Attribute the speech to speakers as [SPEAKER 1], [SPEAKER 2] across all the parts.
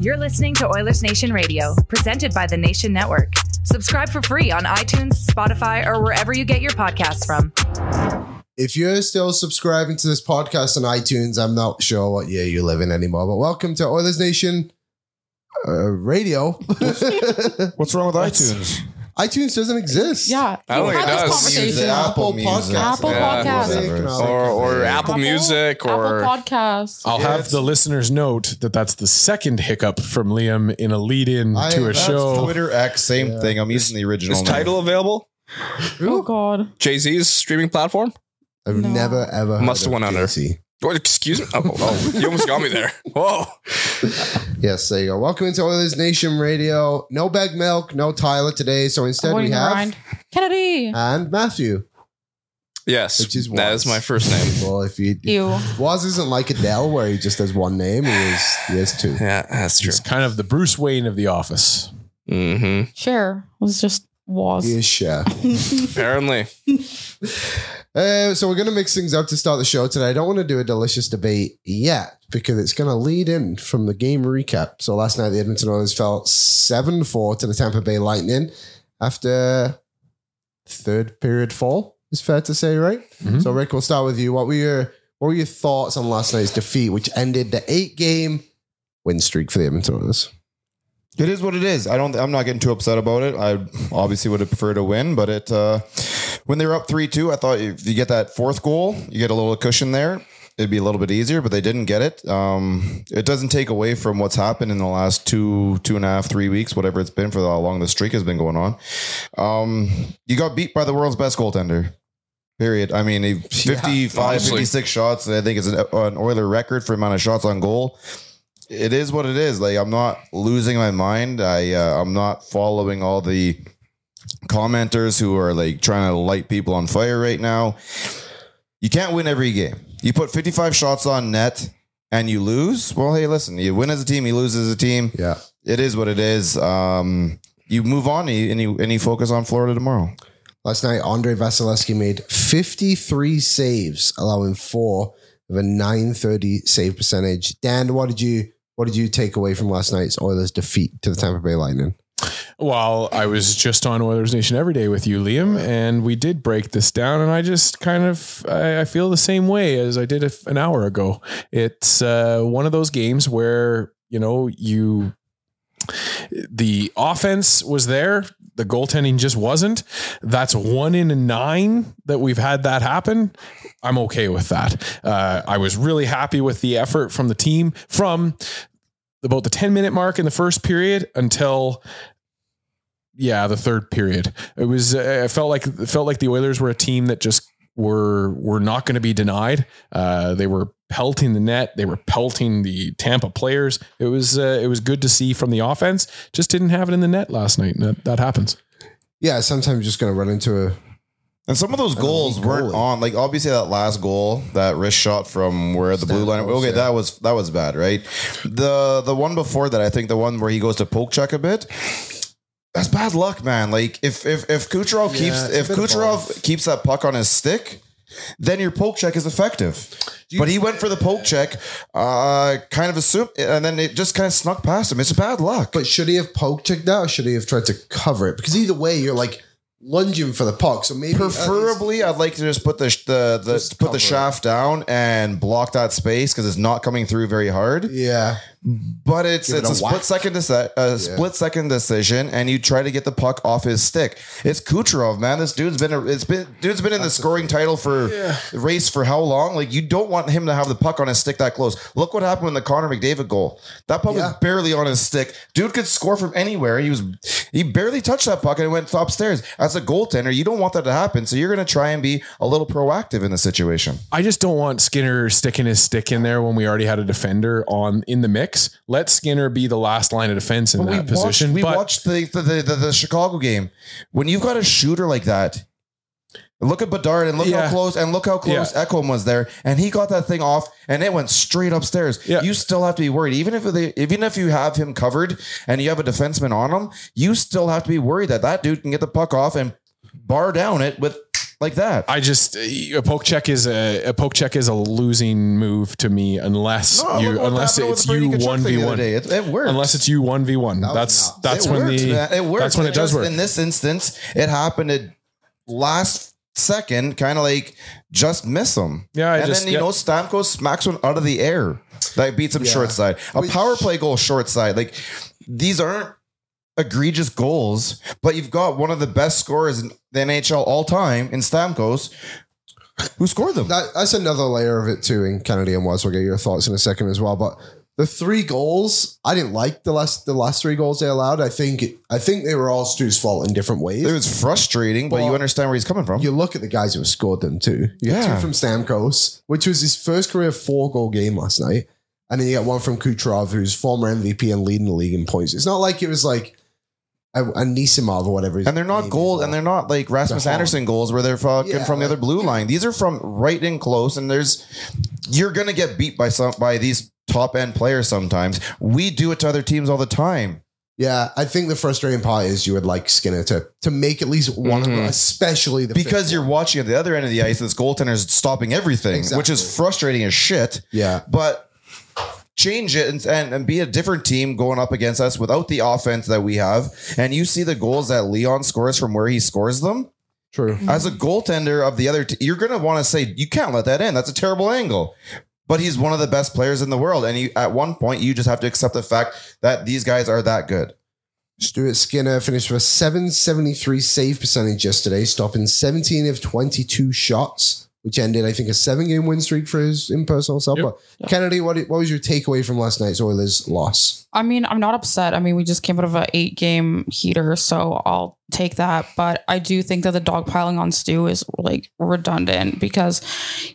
[SPEAKER 1] You're listening to Oilers Nation Radio, presented by the Nation Network. Subscribe for free on iTunes, Spotify, or wherever you get your podcasts from.
[SPEAKER 2] If you're still subscribing to this podcast on iTunes, I'm not sure what year you live in anymore. But welcome to Oilers Nation uh, Radio.
[SPEAKER 3] What's wrong with iTunes?
[SPEAKER 2] iTunes doesn't exist.
[SPEAKER 4] Yeah.
[SPEAKER 5] I don't
[SPEAKER 4] We've
[SPEAKER 5] think
[SPEAKER 4] had
[SPEAKER 5] it
[SPEAKER 4] this
[SPEAKER 5] does.
[SPEAKER 2] It's
[SPEAKER 4] conversation.
[SPEAKER 2] the Apple
[SPEAKER 3] Apple Music.
[SPEAKER 2] Podcast.
[SPEAKER 4] Apple Yeah, Podcast.
[SPEAKER 3] whatever.
[SPEAKER 5] Or or Apple, Music or
[SPEAKER 4] Apple Podcast.
[SPEAKER 6] Oh.
[SPEAKER 3] I'll have the listeners note that that's the second hiccup from Liam in a lead in
[SPEAKER 2] I- uh,
[SPEAKER 3] to a
[SPEAKER 2] that's
[SPEAKER 3] show.
[SPEAKER 6] Twitter X, same thing. I'm using the original.
[SPEAKER 5] is
[SPEAKER 6] name.
[SPEAKER 5] title available?
[SPEAKER 4] Oh God.
[SPEAKER 5] Jay Z's streaming platform.
[SPEAKER 2] I've
[SPEAKER 4] No.
[SPEAKER 2] never ever heard
[SPEAKER 5] Must have
[SPEAKER 2] of
[SPEAKER 5] went under.
[SPEAKER 2] JC.
[SPEAKER 5] Oh, excuse me. Oh, oh, you almost got me there. Whoa.
[SPEAKER 2] Yes, there you go. Welcome into Oilers Nation Radio. No bag milk, no Tyler today. So instead
[SPEAKER 4] Avoiding
[SPEAKER 2] we
[SPEAKER 4] the
[SPEAKER 2] have Uh,
[SPEAKER 4] grind. Kennedy.
[SPEAKER 2] and Matthew,
[SPEAKER 5] Yes,
[SPEAKER 2] which is Waz.
[SPEAKER 5] that is my first name.
[SPEAKER 2] Well, if you
[SPEAKER 4] Ew.
[SPEAKER 2] Waz isn't like Adele where he just has one name, he has he has two.
[SPEAKER 5] Yeah, that's true.
[SPEAKER 3] It's kind of the Bruce Wayne of The Office.
[SPEAKER 5] hmm
[SPEAKER 4] Sure. Was just was.
[SPEAKER 2] He is Cher.
[SPEAKER 5] Apparently,
[SPEAKER 2] Uh, so we're going to mix things up to start the show today. I don't want to do a delicious debate yet because it's going to lead in from the game recap. So last night the Edmonton Oilers fell seven four to the Tampa Bay Lightning after third period fall. It's fair to say, right?
[SPEAKER 3] Mhm.
[SPEAKER 2] So Rick, we'll start with you. What were your what were your thoughts on last night's defeat, which ended the eight game win streak for the Edmonton Oilers?
[SPEAKER 6] It is what it is. I don't. I'm not getting too upset about it. I obviously would have preferred to win, but it. Uh, when they were up three two, I thought if you get that fourth goal, you get a little cushion there. It'd be a little bit easier, but they didn't get it. Um, it doesn't take away from what's happened in the last two, two and a half, three weeks, whatever it's been for how long the streak has been going on. Um, you got beat by the world's best goaltender. Period. I mean, he- 55,
[SPEAKER 5] honestly.
[SPEAKER 6] 56 shots. I think it's an, an Oiler record for amount of shots on goal it is what it is. Like I'm not losing my mind. I uh, I'm not following all the commenters who are like trying to light people on fire right now. You can't win every game. You put 55 shots on net and you lose. Well, hey, listen, you win as a team, you lose as a team.
[SPEAKER 2] Yeah.
[SPEAKER 6] It is what it is. Um, you move on and you, and you and you focus on Florida tomorrow.
[SPEAKER 2] Last night, Andre Vasilevsky made 53 saves, allowing four of a 930 save percentage. Dan, what did you what did you take away from last night's Oilers defeat to the Tampa Bay Lightning?
[SPEAKER 3] Well, I was just on Oilers Nation every day with you, Liam, and we did break this down, and I just kind of I, I feel the same way as I did a, an hour ago. It's uh, one of those games where you know you the offense was there, the goaltending just wasn't. That's one in nine that we've had that happen. I'm okay with that. Uh, I was really happy with the effort from the team from about the 10 minute mark in the first period until yeah, the third period. It was. Uh, I felt like it felt like the Oilers were a team that just were were not going to be denied. Uh, they were pelting the net. They were pelting the Tampa players. It was uh, it was good to see from the offense. Just didn't have it in the net last night. and That, that happens.
[SPEAKER 2] Yeah, sometimes you're just going to run into a.
[SPEAKER 6] And some of those goals weren't
[SPEAKER 2] goalie.
[SPEAKER 6] on. Like obviously that last goal, that wrist shot from where the blue line.
[SPEAKER 2] Stamkos,
[SPEAKER 6] Okay,
[SPEAKER 2] yeah.
[SPEAKER 6] that was that was bad, right? The the one before that, I think the one where he goes to poke check a bit. That's bad luck, man. Like if if if Kucherov
[SPEAKER 2] Yeah,
[SPEAKER 6] keeps
[SPEAKER 2] it's a
[SPEAKER 6] if
[SPEAKER 2] bit of
[SPEAKER 6] Kucherov keeps that puck on his stick, then your poke check is effective. But he went for the poke check, uh, kind of assumed, and then it just kind of snuck past him. It's bad luck.
[SPEAKER 2] But should he have poke checked that or should he have tried to cover it? Because either way, you're like lunging for the puck. So maybe. uh,
[SPEAKER 6] Preferably, I'd like to just put the sh- the, the
[SPEAKER 2] Just
[SPEAKER 6] put the
[SPEAKER 2] cover it.
[SPEAKER 6] shaft down and block that space because it's not coming through very hard.
[SPEAKER 2] Yeah.
[SPEAKER 6] But it's
[SPEAKER 2] Give it
[SPEAKER 6] it's
[SPEAKER 2] a
[SPEAKER 6] a, split
[SPEAKER 2] whack.
[SPEAKER 6] second deci- a split second decision, and you try to get the puck off his stick. It's Kucherov, man. This dude's been a, it's been dude's been in the scoring title for race for how long? Like you don't want him to have the puck on his stick that close. Look what happened in the Connor McDavid goal. That puck
[SPEAKER 2] Yeah.
[SPEAKER 6] was barely on his stick. Dude could score from anywhere. He was he barely touched that puck and it went upstairs. As a goaltender, you don't want that to happen. So you're going to try and be a little proactive in the situation.
[SPEAKER 3] I just don't want Skinner sticking his stick in there when we already had a defender on in the mix. Let Skinner be the last line of defense in
[SPEAKER 6] But
[SPEAKER 3] that
[SPEAKER 6] we
[SPEAKER 3] position.
[SPEAKER 6] Watched, we
[SPEAKER 3] but
[SPEAKER 6] watched the the, the the the Chicago game. When you've got a shooter like that, look at Bedard and look
[SPEAKER 3] Yeah.
[SPEAKER 6] how close and look how close
[SPEAKER 3] Yeah.
[SPEAKER 6] Ekholm was there, and he got that thing off, and it went straight upstairs.
[SPEAKER 3] Yeah.
[SPEAKER 6] You still have to be worried, even if they, even if you have him covered and you have a defenseman on him, you still have to be worried that that dude can get the puck off and bar down it with like that.
[SPEAKER 3] I just a poke check is a, a poke check is a losing move to me unless
[SPEAKER 6] No, look
[SPEAKER 3] you
[SPEAKER 6] what
[SPEAKER 3] unless
[SPEAKER 6] happened with
[SPEAKER 3] it's
[SPEAKER 6] the Brady
[SPEAKER 3] you
[SPEAKER 6] Kachuk
[SPEAKER 3] one v
[SPEAKER 6] thing the other
[SPEAKER 3] one.
[SPEAKER 6] day. It, it works.
[SPEAKER 3] Unless it's you one v one.
[SPEAKER 2] was
[SPEAKER 3] That's
[SPEAKER 2] nuts.
[SPEAKER 3] that's
[SPEAKER 6] it
[SPEAKER 3] when
[SPEAKER 6] works,
[SPEAKER 3] the
[SPEAKER 6] man. it works.
[SPEAKER 3] that's when it does
[SPEAKER 6] Just
[SPEAKER 3] work.
[SPEAKER 6] In this instance, it happened at last second, kind of like just miss him.
[SPEAKER 3] Yeah, I
[SPEAKER 6] and
[SPEAKER 3] just-
[SPEAKER 6] then you
[SPEAKER 3] yeah.
[SPEAKER 6] know Stamkos smacks one out of the air that beats him short side. A power play goal short side. Like these aren't egregious goals, but you've got one of the best scorers in the NHL all time in Stamkos, who scored them.
[SPEAKER 2] That, that's another layer of it too in Canadian Wise. We'll get your thoughts in a second as well. But the three goals, I didn't like the last the last three goals they allowed. I think I think they were all Stu's fault in different ways.
[SPEAKER 6] it was frustrating, but you
[SPEAKER 2] Well,
[SPEAKER 6] understand where he's coming from.
[SPEAKER 2] you look at the guys who have scored them too. You got
[SPEAKER 6] Yeah.
[SPEAKER 2] two from Stamkos, which was his first career four goal game last night. And then you got one from Kucherov, who's former MVP and leading the league in points. It's not like it was like a, a Nisimov or whatever. his
[SPEAKER 6] and they're
[SPEAKER 2] name
[SPEAKER 6] not goals,
[SPEAKER 2] is.
[SPEAKER 6] and they're not like Rasmus
[SPEAKER 2] They're hard.
[SPEAKER 6] Anderson goals where they're fucking
[SPEAKER 2] Yeah,
[SPEAKER 6] from the
[SPEAKER 2] like-
[SPEAKER 6] other blue line. These are from right in close, and there's you're gonna get beat by some by these top end players sometimes. We do it to other teams all the time.
[SPEAKER 2] Yeah, I think the frustrating part is you would like Skinner to to make at least one of them,
[SPEAKER 5] Mm-hmm.
[SPEAKER 2] especially the
[SPEAKER 6] Because
[SPEAKER 2] fifth
[SPEAKER 6] you're
[SPEAKER 2] one.
[SPEAKER 6] watching at the other end of the ice, this goaltender's stopping everything, which
[SPEAKER 2] Exactly.
[SPEAKER 6] is frustrating as shit.
[SPEAKER 2] yeah.
[SPEAKER 6] But change it and, and, and be a different team going up against us without the offense that we have. And you see the goals that Leon scores from where he scores them.
[SPEAKER 2] True.
[SPEAKER 6] As a goaltender of the other, t- you're going to want to say, you can't let that in. That's a terrible angle. But he's one of the best players in the world. And you, at one point, you just have to accept the fact that these guys are that good.
[SPEAKER 2] Stuart Skinner finished with a 773 save percentage yesterday, stopping 17 of 22 shots, which ended, I think, a seven game win streak for his impersonal self.
[SPEAKER 3] Yep.
[SPEAKER 2] But Kennedy, what, what was your takeaway from last night's Oilers loss?
[SPEAKER 4] I mean, I'm not upset. I mean, we just came out of an eight game heater, so I'll take that. But I do think that the dogpiling on Stu is like redundant because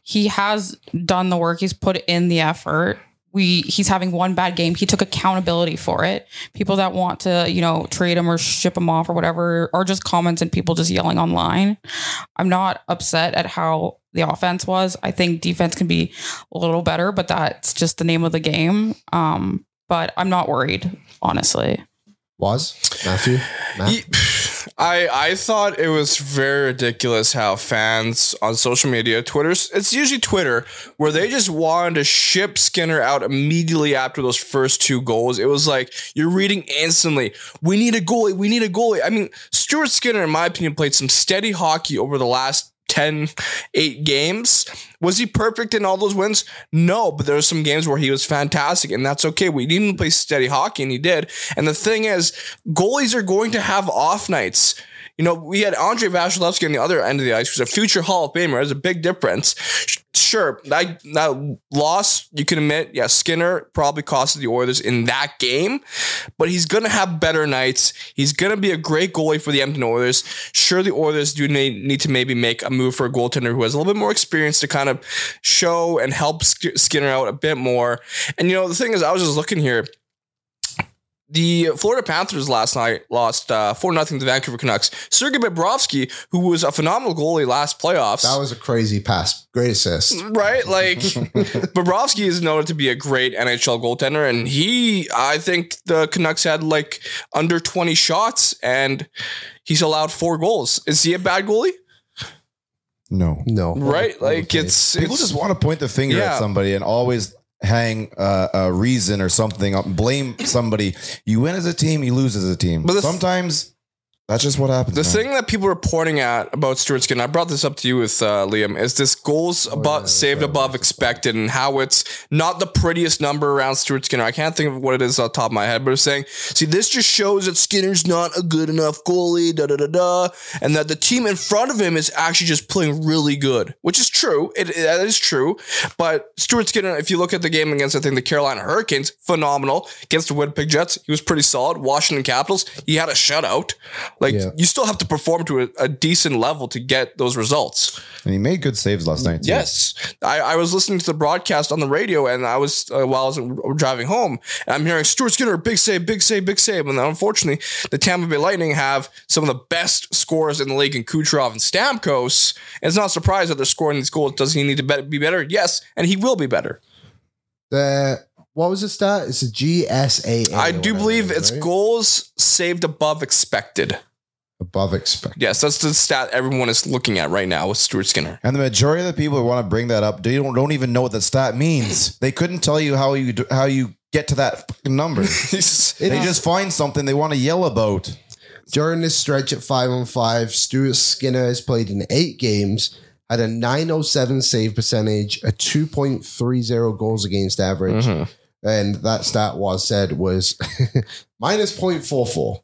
[SPEAKER 4] he has done the work, he's put in the effort. We, he's having one bad game. He took accountability for it. People that want to, you know, trade him or ship him off or whatever, or just comments and people just yelling online. I'm not upset at how the offense was. I think defense can be a little better, but that's just the name of the game. Um, but I'm not worried, honestly.
[SPEAKER 2] Was Matthew? Matt?
[SPEAKER 5] Ye- I I thought it was very ridiculous how fans on social media, Twitter's it's usually Twitter, where they just wanted to ship Skinner out immediately after those first two goals. It was like you're reading instantly. We need a goalie. We need a goalie. I mean, Stuart Skinner, in my opinion, played some steady hockey over the last 10, 8 games. Was he perfect in all those wins? No, but there were some games where he was fantastic, and that's okay. We need him to play steady hockey, and he did. And the thing is, goalies are going to have off nights. You know, we had Andre Vasilevsky on the other end of the ice, who's a future Hall of Famer. There's a big difference. Sh- Sure, that, that uh, loss, you can admit, yeah, Skinner probably costed the Oilers in that game, but he's going to have better nights. He's going to be a great goalie for the Edmonton Oilers. Sure, the Oilers do may, need to maybe make a move for a goaltender who has a little bit more experience to kind of show and help Sk- Skinner out a bit more. And, you know, the thing is, I was just looking here the Florida Panthers last night lost uh, 4 0 to the Vancouver Canucks. Sergei Bobrovsky, who was a phenomenal goalie last playoffs.
[SPEAKER 2] That was a crazy pass. Great assist.
[SPEAKER 5] Right, like Bobrovsky is noted to be a great NHL goaltender, and he, I think, the Canucks had like under twenty shots, and he's allowed four goals. Is he a bad goalie?
[SPEAKER 6] No.
[SPEAKER 2] No.
[SPEAKER 5] Right, like
[SPEAKER 2] Okay.
[SPEAKER 5] it's,
[SPEAKER 6] People
[SPEAKER 5] it's-
[SPEAKER 6] just want to point the finger
[SPEAKER 5] Yeah.
[SPEAKER 6] at somebody and always hang uh, a reason or something up, blame somebody. You win as a team, you lose as a team.
[SPEAKER 5] But the-
[SPEAKER 6] Sometimes that's just what happens.
[SPEAKER 5] The
[SPEAKER 6] man.
[SPEAKER 5] thing that people are pointing at about Stuart Skinner, I brought this up to you with uh, Liam, is this goals
[SPEAKER 6] Oh,
[SPEAKER 5] above saved above expected and how it's not the prettiest number around Stuart Skinner. I can't think of what it is off the top of my head, but it's saying, see, this just shows that Skinner's not a good enough goalie, da da da da, and that the team in front of him is actually just playing really good, which is true. It, it- that is true. But Stuart Skinner, if you look at the game against, I think the Carolina Hurricanes, phenomenal against the Winnipeg Jets, he was pretty solid. Washington Capitals, he had a shutout. Like
[SPEAKER 2] Yeah.
[SPEAKER 5] you still have to perform to a, a decent level to get those results.
[SPEAKER 6] and he made good saves last night. too.
[SPEAKER 5] Yes, I, I was listening to the broadcast on the radio, and I was uh, while I was driving home, and I'm hearing Stuart Skinner big save, big save, big save, and unfortunately, the Tampa Bay Lightning have some of the best scorers in the league in Kucherov and Stamkos. And it's not surprised that they're scoring these goals. Does he need to be- be better? Yes, and he will be better.
[SPEAKER 2] The, what was the stat? It's a GSAA.
[SPEAKER 5] I
[SPEAKER 2] or
[SPEAKER 5] do
[SPEAKER 2] whatever
[SPEAKER 5] believe
[SPEAKER 2] it is,
[SPEAKER 5] it's
[SPEAKER 2] right?
[SPEAKER 5] goals saved above expected.
[SPEAKER 2] Above expected.
[SPEAKER 5] Yes, that's the stat everyone is looking at right now with Stuart Skinner.
[SPEAKER 6] And the majority of the people who want to bring that up, they don't, don't even know what the stat means. They couldn't tell you how you do- how you get to that fucking number. they just find something they want to yell about.
[SPEAKER 2] During this stretch at 5 on 5, Stuart Skinner has played in eight games, had a 907 save percentage, a 2.30 goals against
[SPEAKER 6] Mm-hmm.
[SPEAKER 2] average. And that stat was said was minus 0.44.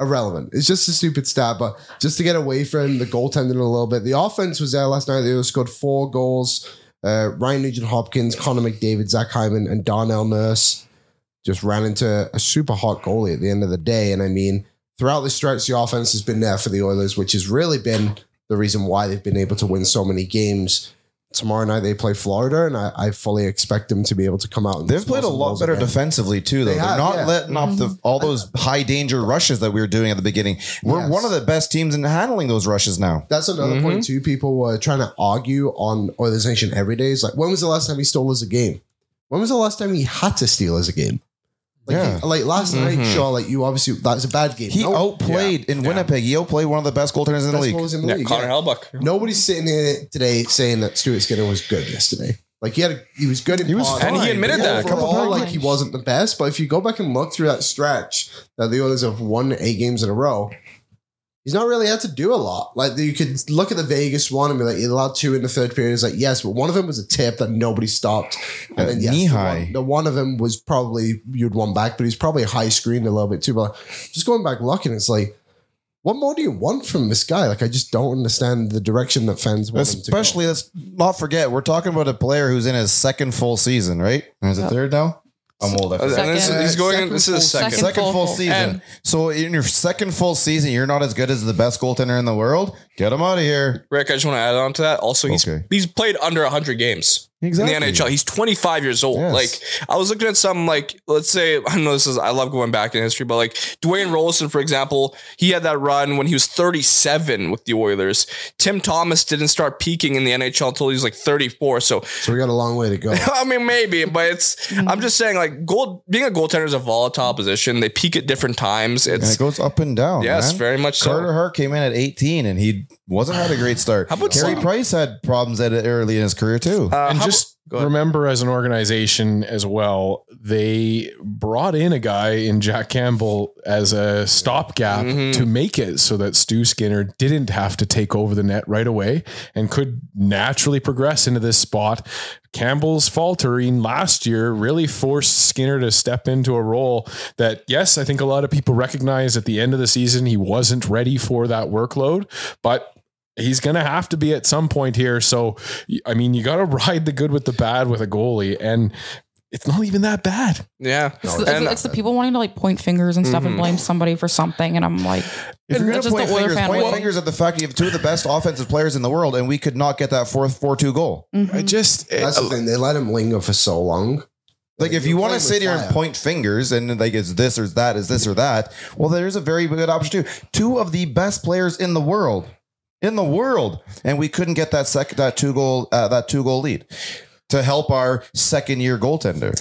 [SPEAKER 2] Irrelevant. It's just a stupid stat, but just to get away from the goaltending a little bit, the offense was there last night. They scored four goals. Uh, Ryan Nugent Hopkins, Connor McDavid, Zach Hyman, and Darnell Nurse just ran into a super hot goalie at the end of the day. And I mean, throughout the stretch, the offense has been there for the Oilers, which has really been the reason why they've been able to win so many games. Tomorrow night they play Florida, and I, I fully expect them to be able to come out. And
[SPEAKER 6] They've
[SPEAKER 2] score
[SPEAKER 6] played a
[SPEAKER 2] some
[SPEAKER 6] lot
[SPEAKER 2] goals
[SPEAKER 6] better
[SPEAKER 2] again.
[SPEAKER 6] defensively too, though.
[SPEAKER 2] They
[SPEAKER 6] They are
[SPEAKER 2] have,
[SPEAKER 6] not
[SPEAKER 2] yeah.
[SPEAKER 6] letting off the all those high danger rushes that we were doing at the beginning. We're
[SPEAKER 2] Yes.
[SPEAKER 6] one of the best teams in handling those rushes now.
[SPEAKER 2] That's another
[SPEAKER 6] Mm-hmm.
[SPEAKER 2] point too. People were trying to argue on Oilers Nation every day. It's like, when was the last time he stole as a game? When was the last time he had to steal as a game? Like,
[SPEAKER 6] Yeah. Mm-hmm.
[SPEAKER 2] he- like last night, sure. Like you obviously that's a bad game.
[SPEAKER 6] He
[SPEAKER 2] No-
[SPEAKER 6] outplayed in Winnipeg. He outplayed one of the best goaltenders in the
[SPEAKER 2] best
[SPEAKER 6] league.
[SPEAKER 2] goals in the
[SPEAKER 5] yeah,
[SPEAKER 2] league,
[SPEAKER 5] Connor
[SPEAKER 2] yeah.
[SPEAKER 5] Hellbuck.
[SPEAKER 2] Nobody's sitting here today saying that Stuart Skinner was good yesterday. Like he had, a, he was good in
[SPEAKER 6] He was
[SPEAKER 2] parts.
[SPEAKER 6] fine,
[SPEAKER 5] And he admitted
[SPEAKER 2] But
[SPEAKER 5] that a couple
[SPEAKER 2] overall,
[SPEAKER 4] times.
[SPEAKER 2] like he wasn't the best. But if you go back and look through that stretch that the Oilers have won eight games in a row, he's not really had to do a lot. Like you could look at the Vegas one and be like, he allowed two in the third period. It's like yes, but one of them was a tip that nobody stopped, and then yes,
[SPEAKER 6] Knee
[SPEAKER 2] the
[SPEAKER 6] high.
[SPEAKER 2] one, the one of them was probably you'd won back, but he's probably high screened a little bit too. But just going back looking, it's like what more do you want from this guy? Like, I just don't understand the direction that fans want
[SPEAKER 6] Especially, let's not forget, we're talking about a player who's in his second full season, right? Or is it third now? I'm old. I
[SPEAKER 5] And
[SPEAKER 6] forget.
[SPEAKER 5] this,
[SPEAKER 4] Second.
[SPEAKER 5] he's going.
[SPEAKER 2] Second
[SPEAKER 5] this is his
[SPEAKER 2] full-
[SPEAKER 5] second.
[SPEAKER 4] Second
[SPEAKER 6] second full,
[SPEAKER 4] full
[SPEAKER 6] season.
[SPEAKER 5] And-
[SPEAKER 6] so in your second full season, you're not as good as the best goaltender in the world. Get him out of here.
[SPEAKER 5] Rick, I just want to add on to that. Also, he's
[SPEAKER 6] Okay.
[SPEAKER 5] he's played under 100 games
[SPEAKER 6] Exactly.
[SPEAKER 5] in the NHL. He's 25 years old.
[SPEAKER 6] Yes.
[SPEAKER 5] Like I was looking at some like let's say I know this is I love going back in history, but like Dwayne Rollison, for example, he had that run when he was 37 with the Oilers. Tim Thomas didn't start peaking in the NHL until he was like 34. So
[SPEAKER 2] So we got a long way to go.
[SPEAKER 5] I mean, maybe, but it's. I'm just saying, like, gold being a goaltender is a volatile position. They peak at different times.
[SPEAKER 6] And
[SPEAKER 5] It's
[SPEAKER 6] it goes up and down.
[SPEAKER 5] yes,
[SPEAKER 6] man.
[SPEAKER 5] very much so.
[SPEAKER 6] Carter Hart came in at 18 and he wasn't had a great start.
[SPEAKER 5] How about
[SPEAKER 6] Carey
[SPEAKER 5] some-
[SPEAKER 6] Price had problems at it early in his career too?
[SPEAKER 5] Uh,
[SPEAKER 3] and
[SPEAKER 5] how-
[SPEAKER 3] just
[SPEAKER 5] go ahead.
[SPEAKER 3] remember as an organization as well they brought in a guy in Jack Campbell as a stopgap
[SPEAKER 5] Mm-hmm.
[SPEAKER 3] to make it so that Stu Skinner didn't have to take over the net right away and could naturally progress into this spot. Campbell's faltering last year really forced Skinner to step into a role that, yes, I think a lot of people recognize at the end of the season he wasn't ready for that workload, but he's going to have to be at some point here. So, y- I mean, you got to ride the good with the bad with a goalie, and it's not even that bad.
[SPEAKER 5] Yeah.
[SPEAKER 4] It's, the, it's-
[SPEAKER 5] And-
[SPEAKER 4] it's the people wanting to like point fingers and stuff and blame somebody for something, and I'm like,
[SPEAKER 6] If you're going
[SPEAKER 4] It's
[SPEAKER 6] to
[SPEAKER 4] just
[SPEAKER 6] point
[SPEAKER 4] the Oiler
[SPEAKER 6] fingers,
[SPEAKER 4] fan
[SPEAKER 6] point
[SPEAKER 4] way.
[SPEAKER 6] fingers at the fact that you have two of the best offensive players in the world, and we could not get that fourth four-two goal.
[SPEAKER 4] Mm-hmm.
[SPEAKER 3] I just,
[SPEAKER 2] That's the thing. They let him linger for so long.
[SPEAKER 6] Like, if you want to
[SPEAKER 2] playing
[SPEAKER 6] sit
[SPEAKER 2] with
[SPEAKER 6] here
[SPEAKER 2] fire.
[SPEAKER 6] and point fingers and like it's this or that, is this or that? Well, there's a very good option too. Two of the best players in the world, in the world, and we couldn't get that second that two goal uh, that two goal lead to help our second year goaltender.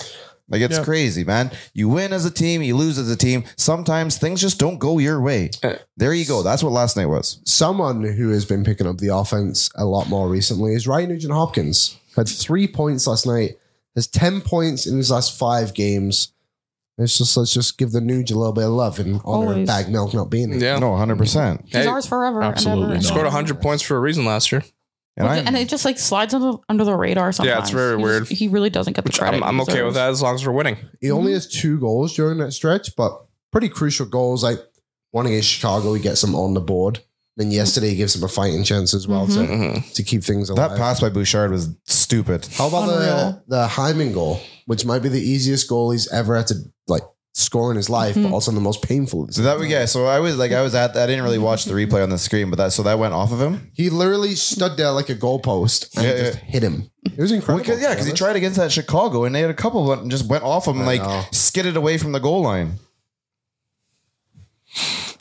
[SPEAKER 6] Like it's
[SPEAKER 3] Yeah.
[SPEAKER 6] crazy, man. You win as a team, you lose as a team. Sometimes things just don't go your way.
[SPEAKER 5] uh,
[SPEAKER 6] There you go. That's what last night was.
[SPEAKER 2] Someone who has been picking up the offense a lot more recently is Ryan Nugent Hopkins. Had three points last night. Has ten points in his last five games. It's just let's just give the Nuge a little bit of love in honor of
[SPEAKER 4] Always.
[SPEAKER 2] bag milk not being here.
[SPEAKER 5] yeah.
[SPEAKER 6] No, hundred percent.
[SPEAKER 4] he's
[SPEAKER 5] Hey,
[SPEAKER 4] ours forever.
[SPEAKER 3] absolutely
[SPEAKER 4] and ever.
[SPEAKER 3] not.
[SPEAKER 5] Scored 100 points for a reason last year.
[SPEAKER 6] And I
[SPEAKER 4] and it just like slides under, under the radar sometimes.
[SPEAKER 5] it's very
[SPEAKER 4] He just-
[SPEAKER 5] weird.
[SPEAKER 4] he really doesn't get the
[SPEAKER 5] Which
[SPEAKER 4] credit.
[SPEAKER 5] I'm, I'm
[SPEAKER 4] he
[SPEAKER 5] okay
[SPEAKER 4] deserves.
[SPEAKER 5] with that as long as we're winning.
[SPEAKER 2] He only has two goals during that stretch, but pretty crucial goals. Like one against Chicago, he gets them on the board. Then yesterday, he gives him a fighting chance as well to, to keep things alive.
[SPEAKER 6] that pass by Bouchard was stupid.
[SPEAKER 2] How about the
[SPEAKER 4] Unreal.
[SPEAKER 2] the Hyman goal, which might be the easiest goal he's ever had to like score in his life, but also the most painful.
[SPEAKER 6] So that we yeah. So I was like, I was at. I didn't really watch the replay on the screen, but that so that went off of him.
[SPEAKER 2] he literally stood there like a goalpost and
[SPEAKER 6] Yeah,
[SPEAKER 2] just
[SPEAKER 6] yeah.
[SPEAKER 2] hit him. It was incredible.
[SPEAKER 6] Because yeah, because he tried against that Chicago, and they had a couple that just went off him, and, like
[SPEAKER 2] know.
[SPEAKER 6] skidded away from the goal line.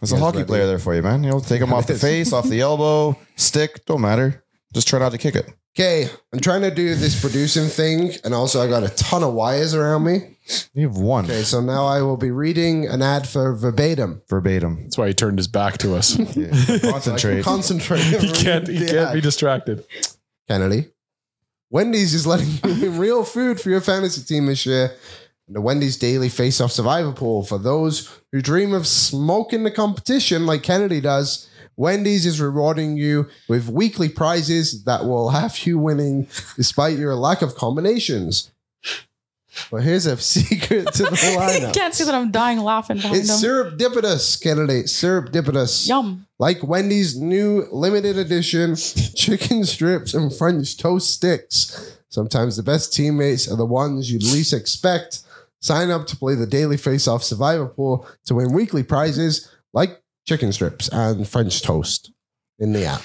[SPEAKER 6] There's a
[SPEAKER 2] Yes,
[SPEAKER 6] hockey
[SPEAKER 2] right.
[SPEAKER 6] player there for you, man. You know, take him off the face, off the elbow, stick. Don't matter. Just try not to kick it.
[SPEAKER 2] Okay, I'm trying to do this producing thing, and also I got a ton of wires around me.
[SPEAKER 6] You've won
[SPEAKER 2] Okay, so now I will be reading an ad for verbatim.
[SPEAKER 6] verbatim.
[SPEAKER 3] that's why he turned his back to us. he
[SPEAKER 6] Concentrate.
[SPEAKER 2] Concentrate.
[SPEAKER 3] can't, he can't be distracted.
[SPEAKER 2] Kennedy. Wendy's is letting you win real food for your fantasy team this year. And the Wendy's Daily Face Off Survivor Pool for those who dream of smoking the competition like Kennedy does. Wendy's is rewarding you with weekly prizes that will have you winning despite your lack of combinations. But here's a secret to the
[SPEAKER 4] You
[SPEAKER 2] lineup.
[SPEAKER 4] can't see that I'm dying laughing behind
[SPEAKER 2] It's
[SPEAKER 4] him.
[SPEAKER 2] syrupdipidus, Kennedy. Syrupdipidus.
[SPEAKER 4] Yum.
[SPEAKER 2] Like Wendy's new limited edition chicken strips and French toast sticks. Sometimes the best teammates are the ones you'd least expect. Sign up to play the daily face-off survivor pool to win weekly prizes like chicken strips and French toast in the app.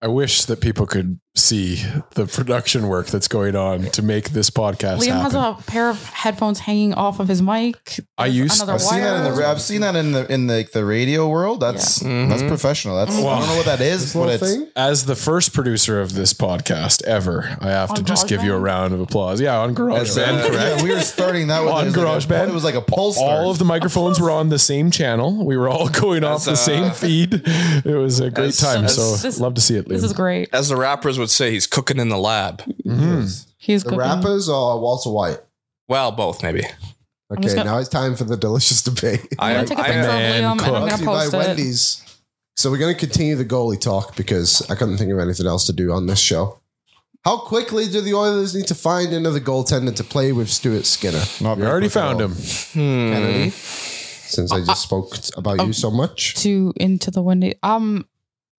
[SPEAKER 3] I wish that people could see the production work that's going on to make this podcast
[SPEAKER 4] Liam
[SPEAKER 3] happen.
[SPEAKER 4] has a pair of headphones hanging off of his mic.
[SPEAKER 3] I used-
[SPEAKER 4] another
[SPEAKER 6] I've seen that in the
[SPEAKER 4] wire.
[SPEAKER 6] I've seen that in the in the, like, the radio world. That's
[SPEAKER 5] Mm-hmm.
[SPEAKER 6] that's professional. That's I don't know what that is,
[SPEAKER 2] This
[SPEAKER 6] but
[SPEAKER 2] little
[SPEAKER 6] it's
[SPEAKER 2] thing.
[SPEAKER 3] as the first producer of this podcast ever, I have to
[SPEAKER 4] On
[SPEAKER 3] just give you a
[SPEAKER 4] GarageBand?
[SPEAKER 3] round of applause. Yeah, on GarageBand,
[SPEAKER 5] uh,
[SPEAKER 3] correct?
[SPEAKER 6] Yeah, we were starting that with it
[SPEAKER 3] On
[SPEAKER 6] was like a-
[SPEAKER 3] GarageBand?
[SPEAKER 6] It was like a pulse. start.
[SPEAKER 3] All of the microphones were on the same channel. We were all going off
[SPEAKER 5] As,
[SPEAKER 3] the
[SPEAKER 5] uh,
[SPEAKER 3] same feed. It was a great
[SPEAKER 5] as-
[SPEAKER 3] time.
[SPEAKER 5] as-
[SPEAKER 3] so
[SPEAKER 4] This-
[SPEAKER 3] love to see it, Liam. Mm-hmm.
[SPEAKER 4] This is great.
[SPEAKER 5] As the rappers would say, he's cooking in the lab.
[SPEAKER 4] He's
[SPEAKER 2] The
[SPEAKER 4] cooking.
[SPEAKER 2] rappers or Walter White?
[SPEAKER 5] Well, both maybe.
[SPEAKER 2] Okay,
[SPEAKER 4] just gonna-
[SPEAKER 2] now it's time for the delicious debate.
[SPEAKER 4] I'm
[SPEAKER 5] I
[SPEAKER 4] gonna
[SPEAKER 5] am.
[SPEAKER 4] take a
[SPEAKER 5] I
[SPEAKER 4] picture of
[SPEAKER 5] am.
[SPEAKER 3] Man
[SPEAKER 4] Liam and I'm
[SPEAKER 2] Brought
[SPEAKER 4] gonna
[SPEAKER 2] to you by
[SPEAKER 4] post it.
[SPEAKER 2] Wendy's. So we're going to continue the goalie talk because I couldn't think of anything else to do on this show. How quickly do the Oilers need to find another goaltender to play with Stuart Skinner?
[SPEAKER 6] Not
[SPEAKER 3] we
[SPEAKER 6] very
[SPEAKER 3] already
[SPEAKER 6] quick at
[SPEAKER 3] found
[SPEAKER 6] all.
[SPEAKER 3] him.
[SPEAKER 6] Hmm.
[SPEAKER 2] Kennedy, since I just spoke about you so much,
[SPEAKER 4] To into the windy. Um,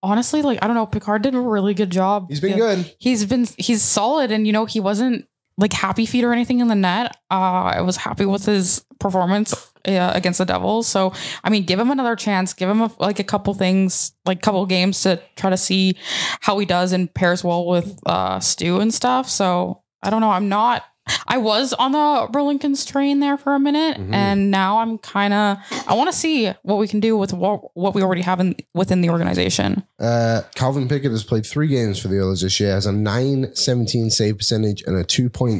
[SPEAKER 4] honestly, like I don't know. Picard did a really good job.
[SPEAKER 2] he's been
[SPEAKER 4] Yeah.
[SPEAKER 2] good.
[SPEAKER 4] He's been he's solid, and you know he wasn't like happy feet or anything in the net. Uh, I was happy with his performance uh, against the Devils. So I mean, give him another chance. Give him a, like a couple things, like couple games to try to see how he does and pairs well with uh, Stu and stuff. So I don't know. I'm not. I was on the Burlinkins train there for a minute,
[SPEAKER 2] Mm-hmm.
[SPEAKER 4] and now I'm kind of. I want to see what we can do with what, what we already have in, within the organization.
[SPEAKER 2] Uh, Calvin Pickett has played three games for the Oilers this year, has a 917 save percentage and a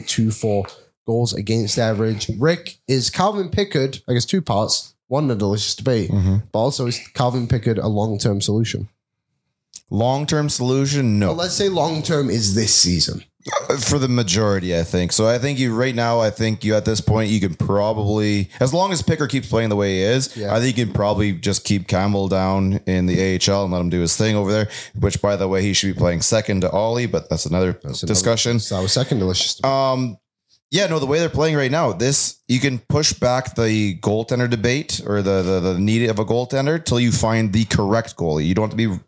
[SPEAKER 2] 2.24 goals against average. Rick, is Calvin Pickard, I guess two parts, one, the delicious debate,
[SPEAKER 6] Mm-hmm.
[SPEAKER 2] but also is Calvin Pickard a long term solution?
[SPEAKER 6] Long term solution, no.
[SPEAKER 2] But let's say long term is this season.
[SPEAKER 6] for the majority, I think. So I think you right now, I think you at this point you can probably as long as Picker keeps playing the way he is, I think you can probably just keep Campbell down in the AHL and let him do his thing over there. Which by the way, he should be playing second to Ollie, but that's another discussion.
[SPEAKER 2] So that was second delicious. to me.
[SPEAKER 6] Yeah, no, the way they're playing right now, this you can push back the goaltender debate or the the, the need of a goaltender till you find the correct goalie. You don't have to be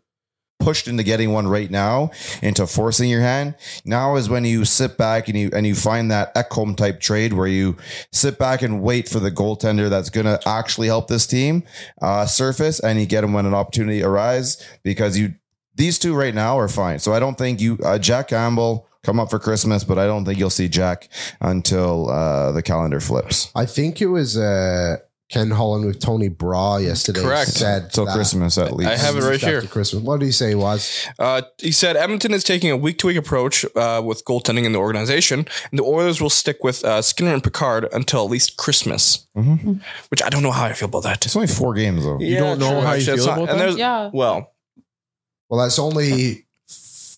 [SPEAKER 6] pushed into getting one right now, into forcing your hand. Now is when you sit back and you and you find that Ekholm type trade where you sit back and wait for the goaltender that's going to actually help this team uh, surface, and you get him when an opportunity arises because you these two right now are fine. So I don't think you uh, Jack Campbell come up for Christmas, but I don't think you'll see Jack until uh, the calendar flips.
[SPEAKER 2] I think it was uh, Ken Holland with Tony Bra yesterday.
[SPEAKER 5] Correct.
[SPEAKER 2] Said
[SPEAKER 6] Till
[SPEAKER 2] that
[SPEAKER 6] Christmas at least.
[SPEAKER 5] I have it right
[SPEAKER 2] after
[SPEAKER 5] here.
[SPEAKER 2] Christmas. What did he say he was?
[SPEAKER 5] Uh, he said Edmonton is taking a week to week approach uh, with goaltending in the organization, and the Oilers will stick with uh, Skinner and Picard until at least Christmas.
[SPEAKER 6] Mm-hmm.
[SPEAKER 5] Which I don't know how I feel about that.
[SPEAKER 6] It's only four games though.
[SPEAKER 5] You
[SPEAKER 3] don't know how you feel about that?
[SPEAKER 4] Yeah.
[SPEAKER 5] Well,
[SPEAKER 2] Well, that's only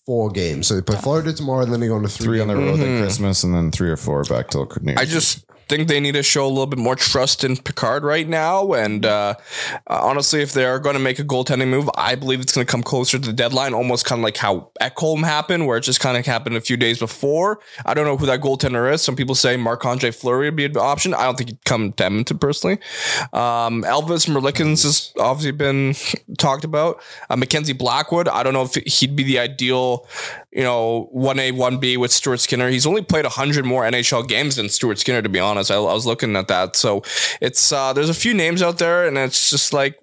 [SPEAKER 2] four games. So they play Florida tomorrow, and then they go on to three,
[SPEAKER 6] Three on the road
[SPEAKER 5] Mhm.
[SPEAKER 6] at Christmas, and then three or four back till New Year's.
[SPEAKER 5] I just think they need to show a little bit more trust in Picard right now. And uh, uh, honestly, if they are going to make a goaltending move, I believe it's going to come closer to the deadline, almost kind of like how Ekholm happened, where it just kind of happened a few days before. I don't know who that goaltender is. Some people say Marc Andre Fleury would be an option. I don't think he'd come to Edmonton personally. Um, Elvis Merlikens has obviously been talked about. Uh, Mackenzie Blackwood, I don't know if he'd be the ideal, you know, 1A, 1B with Stuart Skinner. He's only played 100 more NHL games than Stuart Skinner, to be honest. I, I was looking at that. So it's, uh, there's a few names out there, and it's just like,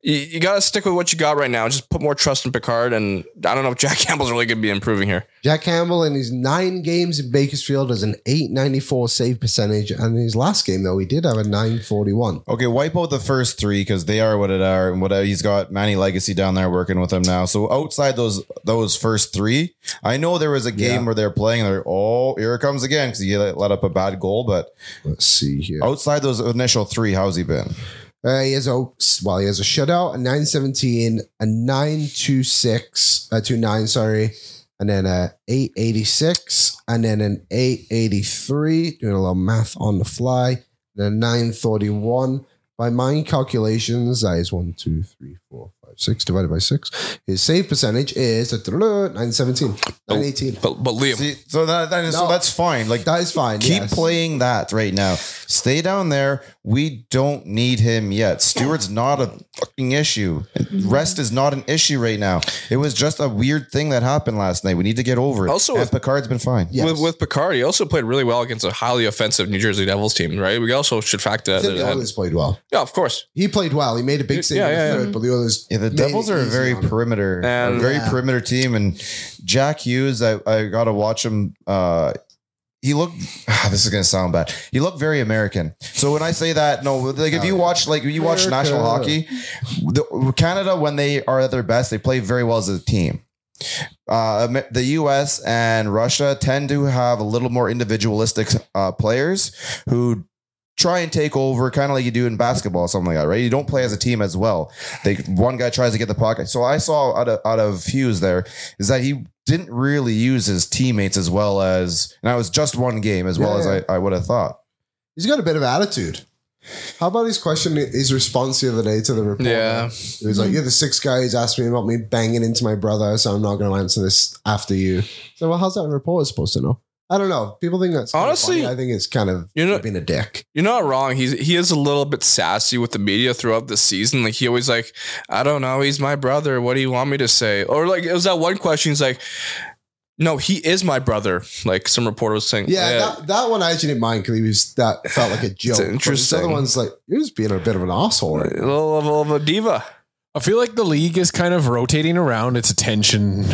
[SPEAKER 5] you, you got to stick with what you got right now. Just put more trust in Picard. And I don't know if Jack Campbell's really going to be improving here.
[SPEAKER 2] Jack Campbell in his nine games in Bakersfield has an 894 save percentage. And in his last game, though, he did have a 941.
[SPEAKER 6] Okay, wipe out the first three because they are what it are, and what uh, he's got Manny Legacy down there working with him now. So outside those those first three, I know there was a game where they're playing. and They're oh here it comes again because he let let up a bad goal, but
[SPEAKER 2] Let's see here.
[SPEAKER 6] outside those initial three, how's he been?
[SPEAKER 2] Uh, he has a well, he has a shutout, a nine seventeen, a nine two six, a two nine, sorry, and then a eight eighty six, and then an eight eighty three. Doing a little math on the fly, then nine thirty one. By my calculations, that is one, two, three, four, five, six divided by six. His save percentage is nine seventeen, nine eighteen.
[SPEAKER 5] But, but Liam,
[SPEAKER 6] See, so that, that is, so
[SPEAKER 2] No.
[SPEAKER 6] that's fine. Like
[SPEAKER 2] That is fine.
[SPEAKER 6] Keep
[SPEAKER 2] yes.
[SPEAKER 6] playing that right now. Stay down there. We don't need him yet. Stewart's not a fucking issue. Rest is not an issue right now. It was just a weird thing that happened last night. We need to get over it.
[SPEAKER 5] Also-
[SPEAKER 6] and Picard's been fine.
[SPEAKER 2] Yes.
[SPEAKER 5] with, with Picard, he also played really well against a highly offensive New Jersey Devils team, right? We also should fact
[SPEAKER 2] I
[SPEAKER 5] that. uh,
[SPEAKER 2] think the
[SPEAKER 5] that-
[SPEAKER 2] Oilers played well.
[SPEAKER 5] yeah, of course.
[SPEAKER 2] He played well. He made a big save
[SPEAKER 3] Yeah,
[SPEAKER 2] in the
[SPEAKER 3] yeah,
[SPEAKER 2] third, but the Oilers.
[SPEAKER 6] Yeah, the
[SPEAKER 2] made
[SPEAKER 6] Devils
[SPEAKER 2] it
[SPEAKER 6] are a
[SPEAKER 2] easy
[SPEAKER 6] very
[SPEAKER 2] on him.
[SPEAKER 6] perimeter, a
[SPEAKER 5] And-
[SPEAKER 6] very
[SPEAKER 2] Yeah.
[SPEAKER 6] perimeter team, and Jack Hughes. I, I got to watch him. Uh, he looked. ah, this is gonna sound bad. He looked very American. So when I say that, no, like if you watch, like you watch national hockey,
[SPEAKER 2] America.
[SPEAKER 6] the, Canada when they are at their best, they play very well as a team. Uh, Am- the U.S. and Russia tend to have a little more individualistic uh, players who try and take over, kind of like you do in basketball, or something like that, right? You don't play as a team as well. They one guy tries to get the pocket. So I saw out of out of Hughes there is that he didn't really use his teammates as well as, and that was just one game as well
[SPEAKER 2] Yeah, yeah.
[SPEAKER 6] as I, I would have thought.
[SPEAKER 2] He's got a bit of attitude. How about his question, his response the other day to the reporter?
[SPEAKER 5] Yeah.
[SPEAKER 2] He was like, You're the six guy who's asked me about me banging into my brother, so I'm not going to answer this after you. So, well, how's that reporter supposed to know? I don't know. People think that's kind of
[SPEAKER 5] Honestly,
[SPEAKER 2] funny. I think it's kind of
[SPEAKER 5] you know-
[SPEAKER 2] being a dick.
[SPEAKER 5] You're not wrong. He's he is a little bit sassy with the media throughout the season. Like he always like, I don't know, he's my brother. What do you want me to say? Or like it was that one question. He's like, No, he is my brother. Like some reporter was saying. "Eh,
[SPEAKER 2] Yeah, That, that one I actually didn't mind because he was that felt like a joke. But this
[SPEAKER 5] interesting.
[SPEAKER 2] other one's like you're just being a bit of an asshole.
[SPEAKER 5] a
[SPEAKER 2] Right? now."
[SPEAKER 5] little level of a diva.
[SPEAKER 3] I feel like the league is kind of rotating around its attention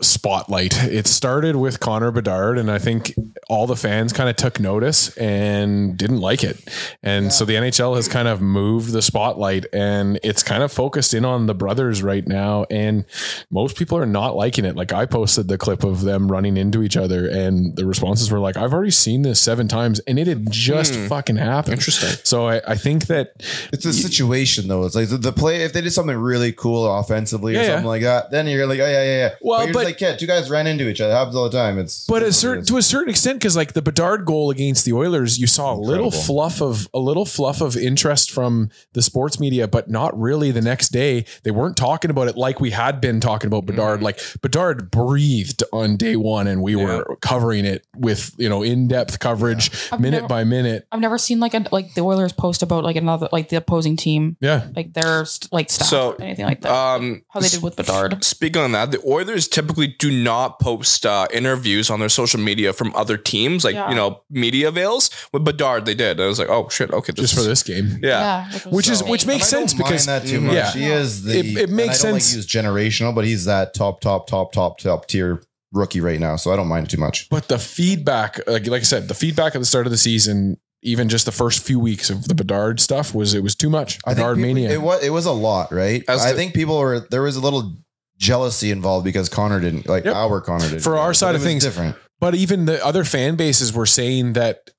[SPEAKER 3] spotlight. It started with Connor Bedard, and I think all the fans kind of took notice and didn't like it. And so the NHL has kind of moved the spotlight and it's kind of focused in on the brothers right now. And most people are not liking it. Like I posted the clip of them running into each other, and the responses were like, I've already seen this seven times, and it had just fucking happened. Interesting. So I, I think that
[SPEAKER 6] It's a situation though. It's like the, the play. If they did something something really cool offensively or
[SPEAKER 3] Yeah, yeah.
[SPEAKER 6] something like that, then you're like, oh yeah, yeah, yeah.
[SPEAKER 3] Well,
[SPEAKER 6] you're
[SPEAKER 3] but-
[SPEAKER 6] just like, yeah, two guys ran into each other. It happens all the time. It's
[SPEAKER 3] But a
[SPEAKER 6] it's what it
[SPEAKER 3] certain
[SPEAKER 6] is.
[SPEAKER 3] to a certain extent, because like the Bedard goal against the Oilers, you saw a little
[SPEAKER 6] Incredible.
[SPEAKER 3] fluff of a little fluff of interest from the sports media, but not really. The next day, they weren't talking about it like we had been talking about
[SPEAKER 6] Mm.
[SPEAKER 3] Bedard. Like Bedard breathed on day one, and we were covering it with you know in depth coverage,
[SPEAKER 4] I've
[SPEAKER 3] minute
[SPEAKER 4] never-
[SPEAKER 3] by minute.
[SPEAKER 4] I've never seen like a like the Oilers post about like another like the opposing team
[SPEAKER 3] Yeah,
[SPEAKER 4] like their st- like staff
[SPEAKER 5] So,
[SPEAKER 4] or anything like that.
[SPEAKER 5] Um,
[SPEAKER 4] How they did with Bedard.
[SPEAKER 5] Speaking on that, the Oilers typically do not post uh, interviews on their social media from other teams, like
[SPEAKER 4] Yeah.
[SPEAKER 5] you know media avails. With Bedard, they did. I was like, oh shit, okay,
[SPEAKER 3] just for this game.
[SPEAKER 5] yeah.
[SPEAKER 3] Which is
[SPEAKER 4] insane.
[SPEAKER 3] which
[SPEAKER 6] And
[SPEAKER 3] makes
[SPEAKER 6] I don't
[SPEAKER 3] sense
[SPEAKER 6] mind
[SPEAKER 3] because
[SPEAKER 6] that too
[SPEAKER 5] Mhm.
[SPEAKER 6] much.
[SPEAKER 3] Yeah.
[SPEAKER 6] He is the.
[SPEAKER 3] It- it
[SPEAKER 6] and
[SPEAKER 3] makes
[SPEAKER 6] I don't
[SPEAKER 3] sense.
[SPEAKER 6] Like he's generational, but he's that top, top, top, top, top tier rookie right now. So I don't mind it too much.
[SPEAKER 3] But the feedback, like, like I said, the feedback at the start of the season, even just the first few weeks of the Bedard stuff, was it was too much.
[SPEAKER 6] I think
[SPEAKER 3] Bedard
[SPEAKER 6] people-
[SPEAKER 3] mania.
[SPEAKER 6] It was it was a lot, right?
[SPEAKER 5] As
[SPEAKER 6] I
[SPEAKER 5] the-
[SPEAKER 6] think people were there was a little jealousy involved because Connor didn't like
[SPEAKER 3] Yep.
[SPEAKER 6] our Connor didn't
[SPEAKER 3] For our
[SPEAKER 6] But
[SPEAKER 3] side
[SPEAKER 6] it
[SPEAKER 3] of
[SPEAKER 6] was
[SPEAKER 3] things-
[SPEAKER 6] different.
[SPEAKER 3] but even the other fan bases were saying that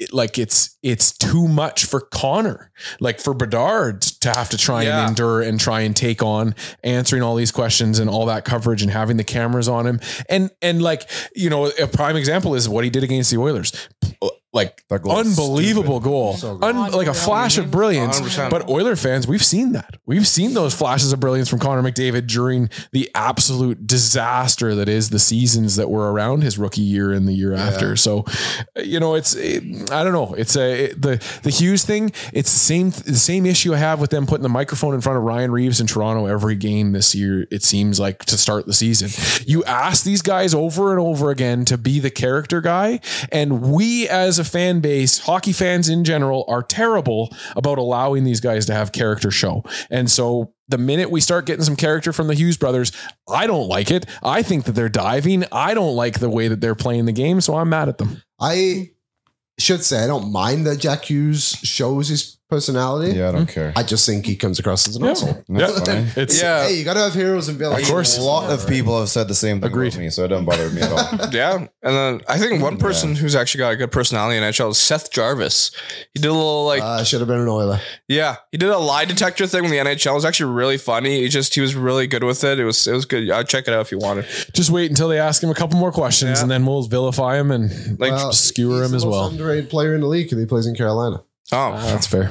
[SPEAKER 3] it, like it's it's too much for Connor, like for Bedard to have to try
[SPEAKER 5] Yeah.
[SPEAKER 3] and endure and try and take on answering all these questions and all that coverage and having the cameras on him. And and like, you know, a prime example is what he did against the Oilers. Like
[SPEAKER 6] That goal was
[SPEAKER 3] unbelievable goal. Un- like a flash of brilliance.
[SPEAKER 5] 100%.
[SPEAKER 3] But Oiler fans, we've seen that. We've seen those flashes of brilliance from Connor McDavid during the absolute disaster that is the seasons that were around his rookie year and the year after. So, uh, you know, it's it, I don't know. It's a it- the the Hughes thing. It's the same the same issue I have with them putting the microphone in front of Ryan Reeves in Toronto every game this year. It seems like to start the season, you ask these guys over and over again to be the character guy, and we as a fan base, hockey fans in general, are terrible about allowing these guys to have character show. And so the minute we start getting some character from the Hughes brothers, I don't like it. I think that they're diving. I don't like the way that they're playing the game, so I'm mad at them.
[SPEAKER 2] I should say I don't mind that Jack Hughes shows his personality.
[SPEAKER 6] Yeah, I don't care.
[SPEAKER 2] I just think he comes across as an asshole.
[SPEAKER 6] That's funny.
[SPEAKER 3] It's
[SPEAKER 5] Yeah,
[SPEAKER 2] Hey, you got to have heroes and villains.
[SPEAKER 6] Of course, a lot of people have said the same thing
[SPEAKER 3] Agreed.
[SPEAKER 6] about me, so it doesn't bother me at all.
[SPEAKER 5] yeah. And then I think one person who's actually got a good personality in NHL is Seth Jarvis. He did a little like
[SPEAKER 2] Uh, should have been an Oiler.
[SPEAKER 5] Yeah, he did a lie detector thing with the NHL. It was actually really funny. He just he was really good with it. It was it was good. I'd check it out if you wanted.
[SPEAKER 3] just wait until they ask him a couple more questions,
[SPEAKER 5] Yeah.
[SPEAKER 3] and then we'll vilify him and
[SPEAKER 5] Like,
[SPEAKER 2] Well,
[SPEAKER 3] skewer
[SPEAKER 2] he's
[SPEAKER 3] him
[SPEAKER 2] the
[SPEAKER 3] as
[SPEAKER 2] most
[SPEAKER 3] well.
[SPEAKER 2] Underrated player in the league, and he plays in Carolina.
[SPEAKER 5] oh,
[SPEAKER 3] uh, That's fair.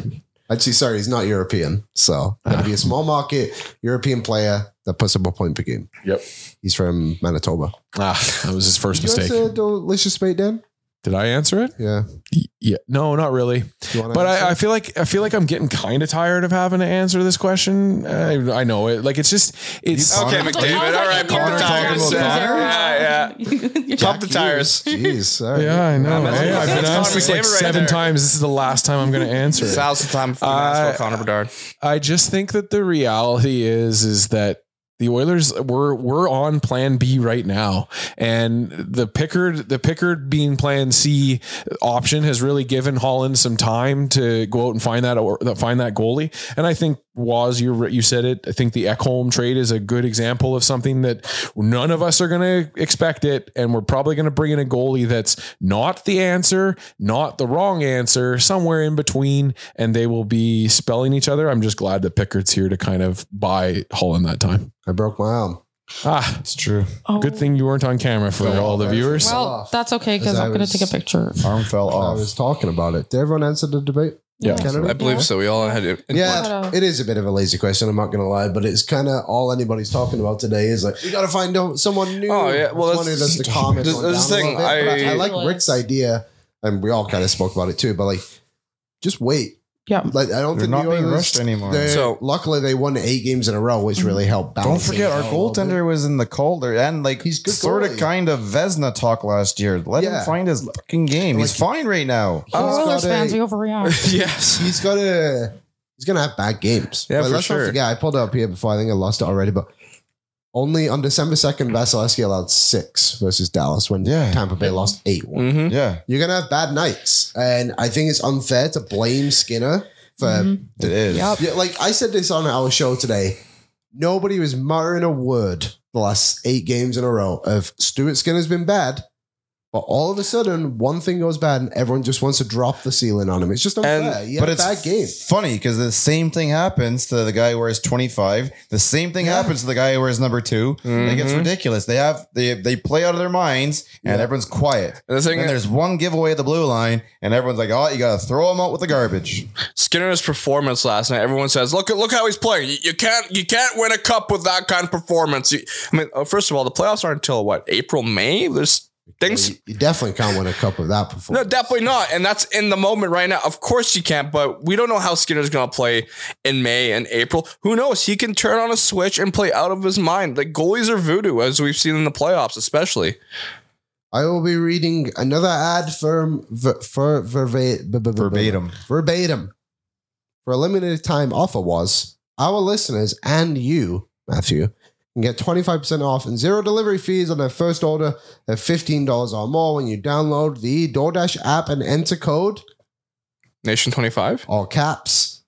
[SPEAKER 2] Actually, sorry, he's not European, so that'd be a small market European player that puts up a point per game.
[SPEAKER 3] Yep.
[SPEAKER 2] He's from Manitoba.
[SPEAKER 3] Ah, that was his first mistake.
[SPEAKER 2] You guys, uh, delicious mate, Dan.
[SPEAKER 3] Did I answer it?
[SPEAKER 2] Yeah.
[SPEAKER 3] Y- Yeah. No, not really.
[SPEAKER 2] Do you wanna
[SPEAKER 3] But
[SPEAKER 2] answer?
[SPEAKER 3] I, I feel like I feel like I'm getting kind of tired of having to answer this question. I, I know it. Like it's just it's
[SPEAKER 5] okay,
[SPEAKER 6] Connor-
[SPEAKER 4] "Oh,
[SPEAKER 5] McDavid. All right, pump
[SPEAKER 6] Connor
[SPEAKER 5] the
[SPEAKER 6] talking
[SPEAKER 5] tires.
[SPEAKER 6] about Connor?
[SPEAKER 5] Yeah, yeah.
[SPEAKER 4] yeah.
[SPEAKER 5] Pump the tires.
[SPEAKER 2] Jeez. Sorry.
[SPEAKER 3] Yeah, I know.
[SPEAKER 5] that's-
[SPEAKER 3] eh?
[SPEAKER 5] that's
[SPEAKER 3] I've been
[SPEAKER 5] Connor
[SPEAKER 3] asked this like
[SPEAKER 5] McDavid right
[SPEAKER 3] seven
[SPEAKER 5] there.
[SPEAKER 3] times. This is the last time I'm going to answer it.
[SPEAKER 5] Thousand time for
[SPEAKER 3] Uh,
[SPEAKER 5] Connor Bedard.
[SPEAKER 3] I just think that the reality is is that the Oilers we're we're on plan B right now. And the Pickard the Pickard being plan C option has really given Holland some time to go out and find that or find that goalie. And I think Waz, you re- you said it. I think the Ekholm trade is a good example of something that none of us are going to expect it, and we're probably going to bring in a goalie that's not the answer, not the wrong answer, somewhere in between, and they will be spelling each other. I'm just glad that Pickard's here to kind of buy Holland that time.
[SPEAKER 2] I broke my arm.
[SPEAKER 3] Ah,
[SPEAKER 6] It's true.
[SPEAKER 4] Oh.
[SPEAKER 3] good thing you weren't on camera for all the viewers.
[SPEAKER 2] Well,
[SPEAKER 4] Well, that's okay
[SPEAKER 2] As
[SPEAKER 4] because
[SPEAKER 2] I
[SPEAKER 4] I'm going
[SPEAKER 2] was-
[SPEAKER 4] to take a picture.
[SPEAKER 6] Arm fell
[SPEAKER 2] I
[SPEAKER 6] off.
[SPEAKER 2] was talking about it. Did everyone answer the debate?
[SPEAKER 3] Yeah.
[SPEAKER 2] Kennedy?
[SPEAKER 5] I believe so. We all had it.
[SPEAKER 2] Yeah,
[SPEAKER 4] But, uh,
[SPEAKER 2] it is a bit of a lazy question. I'm not going to lie, but it's kind of all anybody's talking about today is like we got to find out someone new.
[SPEAKER 5] Oh, yeah. Well,
[SPEAKER 2] It's
[SPEAKER 5] that's-
[SPEAKER 2] funny that's the comment.
[SPEAKER 5] that's-
[SPEAKER 2] on
[SPEAKER 5] that's the
[SPEAKER 2] down a
[SPEAKER 5] thing.
[SPEAKER 2] little bit, but I,
[SPEAKER 5] I-
[SPEAKER 2] I like Rick's idea, and we all kind of spoke about it too. But like, just wait.
[SPEAKER 4] Yeah.
[SPEAKER 2] Like I don't
[SPEAKER 6] They're
[SPEAKER 2] think
[SPEAKER 6] not
[SPEAKER 2] New
[SPEAKER 6] being
[SPEAKER 2] Orleans-
[SPEAKER 6] rushed anymore.
[SPEAKER 2] they're-
[SPEAKER 5] So-
[SPEAKER 2] luckily they won eight games in a row, which really helped.
[SPEAKER 6] Don't
[SPEAKER 2] balance things
[SPEAKER 6] forget, our
[SPEAKER 2] out a little bit.
[SPEAKER 6] goaltender was in the colder and like
[SPEAKER 2] He's good
[SPEAKER 6] sort of
[SPEAKER 2] goalie.
[SPEAKER 6] kind of Vesna talk last year. Let
[SPEAKER 2] Yeah.
[SPEAKER 6] him find his fucking game. He's fine right now.
[SPEAKER 2] He's
[SPEAKER 4] Oh, Oilers
[SPEAKER 2] got a-
[SPEAKER 4] fans, we overreact.
[SPEAKER 5] Yes.
[SPEAKER 2] he's got a he's gonna have bad games.
[SPEAKER 5] Yeah,
[SPEAKER 2] But
[SPEAKER 5] for
[SPEAKER 2] let's
[SPEAKER 5] sure.
[SPEAKER 2] not forget. I pulled it up here before. I think I lost it already, but only on December second, Vasilevsky allowed six versus Dallas when
[SPEAKER 6] Yeah.
[SPEAKER 2] Tampa Bay lost eight one.
[SPEAKER 5] Mm-hmm.
[SPEAKER 6] Yeah,
[SPEAKER 2] You're gonna have bad nights, and I think it's unfair to blame Skinner for.
[SPEAKER 6] it is.
[SPEAKER 4] Yep.
[SPEAKER 2] Yeah, like I said this on our show today. Nobody was muttering a word the last eight games in a row of Stuart Skinner's been bad. But all of a sudden, one thing goes bad, and everyone just wants to drop the ceiling on him. It's just unfair.
[SPEAKER 5] And-
[SPEAKER 2] yeah,
[SPEAKER 6] but it's
[SPEAKER 2] bad game.
[SPEAKER 6] funny because the same thing happens to the guy who wears 25. The same thing happens to the guy who wears number 2 And it gets ridiculous. They have they they play out of their minds and everyone's quiet.
[SPEAKER 5] And the thing-
[SPEAKER 6] and there's one giveaway at the blue line and everyone's like, oh, you gotta throw them out with the garbage.
[SPEAKER 5] Skinner's performance last night. Everyone says, "Look, look how he's playing. You, you can't, you can't win a cup with that kind of performance." You- I mean, uh, first of all, the playoffs aren't until what April, May. There's things.
[SPEAKER 2] You definitely can't win a cup of that
[SPEAKER 5] No,
[SPEAKER 2] performance.
[SPEAKER 5] definitely not. And that's in the moment right now. Of course you can't, but we don't know how Skinner's going to play in May and April. Who knows? He can turn on a switch and play out of his mind. Like goalies are voodoo, as we've seen in the playoffs, especially.
[SPEAKER 2] I will be reading another ad firm ver, for, verba- b- b- b-
[SPEAKER 6] Verbatim.
[SPEAKER 2] Verbatim. For a limited time offer was our listeners and you, Matthew, can get 25% off and zero delivery fees on their first order of $15 or more when you download the DoorDash app and enter code
[SPEAKER 5] Nation 25?
[SPEAKER 2] all caps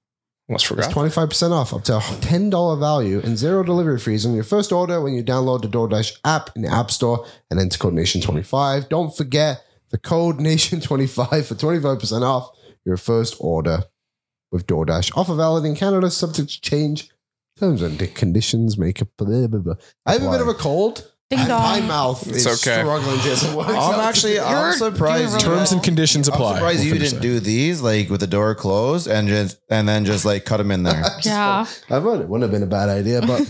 [SPEAKER 5] Almost
[SPEAKER 2] It's
[SPEAKER 5] forgot.
[SPEAKER 2] twenty five percent off, up to ten dollar value, and zero delivery fees on your first order when you download the DoorDash app in the App Store and enter code Nation twenty five. Don't forget the code Nation twenty five for twenty five percent off your first order with DoorDash. Offer valid in Canada, subject to change. Terms and conditions make a. Blah, blah, blah. I have a bit of a cold.
[SPEAKER 4] Ding
[SPEAKER 2] and My
[SPEAKER 4] dong.
[SPEAKER 2] mouth is
[SPEAKER 5] It's okay.
[SPEAKER 2] struggling to get some words
[SPEAKER 6] I'm
[SPEAKER 2] out.
[SPEAKER 6] actually I'm surprised.
[SPEAKER 4] doing really
[SPEAKER 3] Terms and conditions
[SPEAKER 6] I'm
[SPEAKER 3] apply.
[SPEAKER 6] surprised
[SPEAKER 3] We'll
[SPEAKER 6] you
[SPEAKER 3] finish
[SPEAKER 6] didn't
[SPEAKER 3] that.
[SPEAKER 6] do these like with the door closed and just and then just like cut them in there.
[SPEAKER 4] Yeah.
[SPEAKER 2] I thought it wouldn't have been a bad idea, but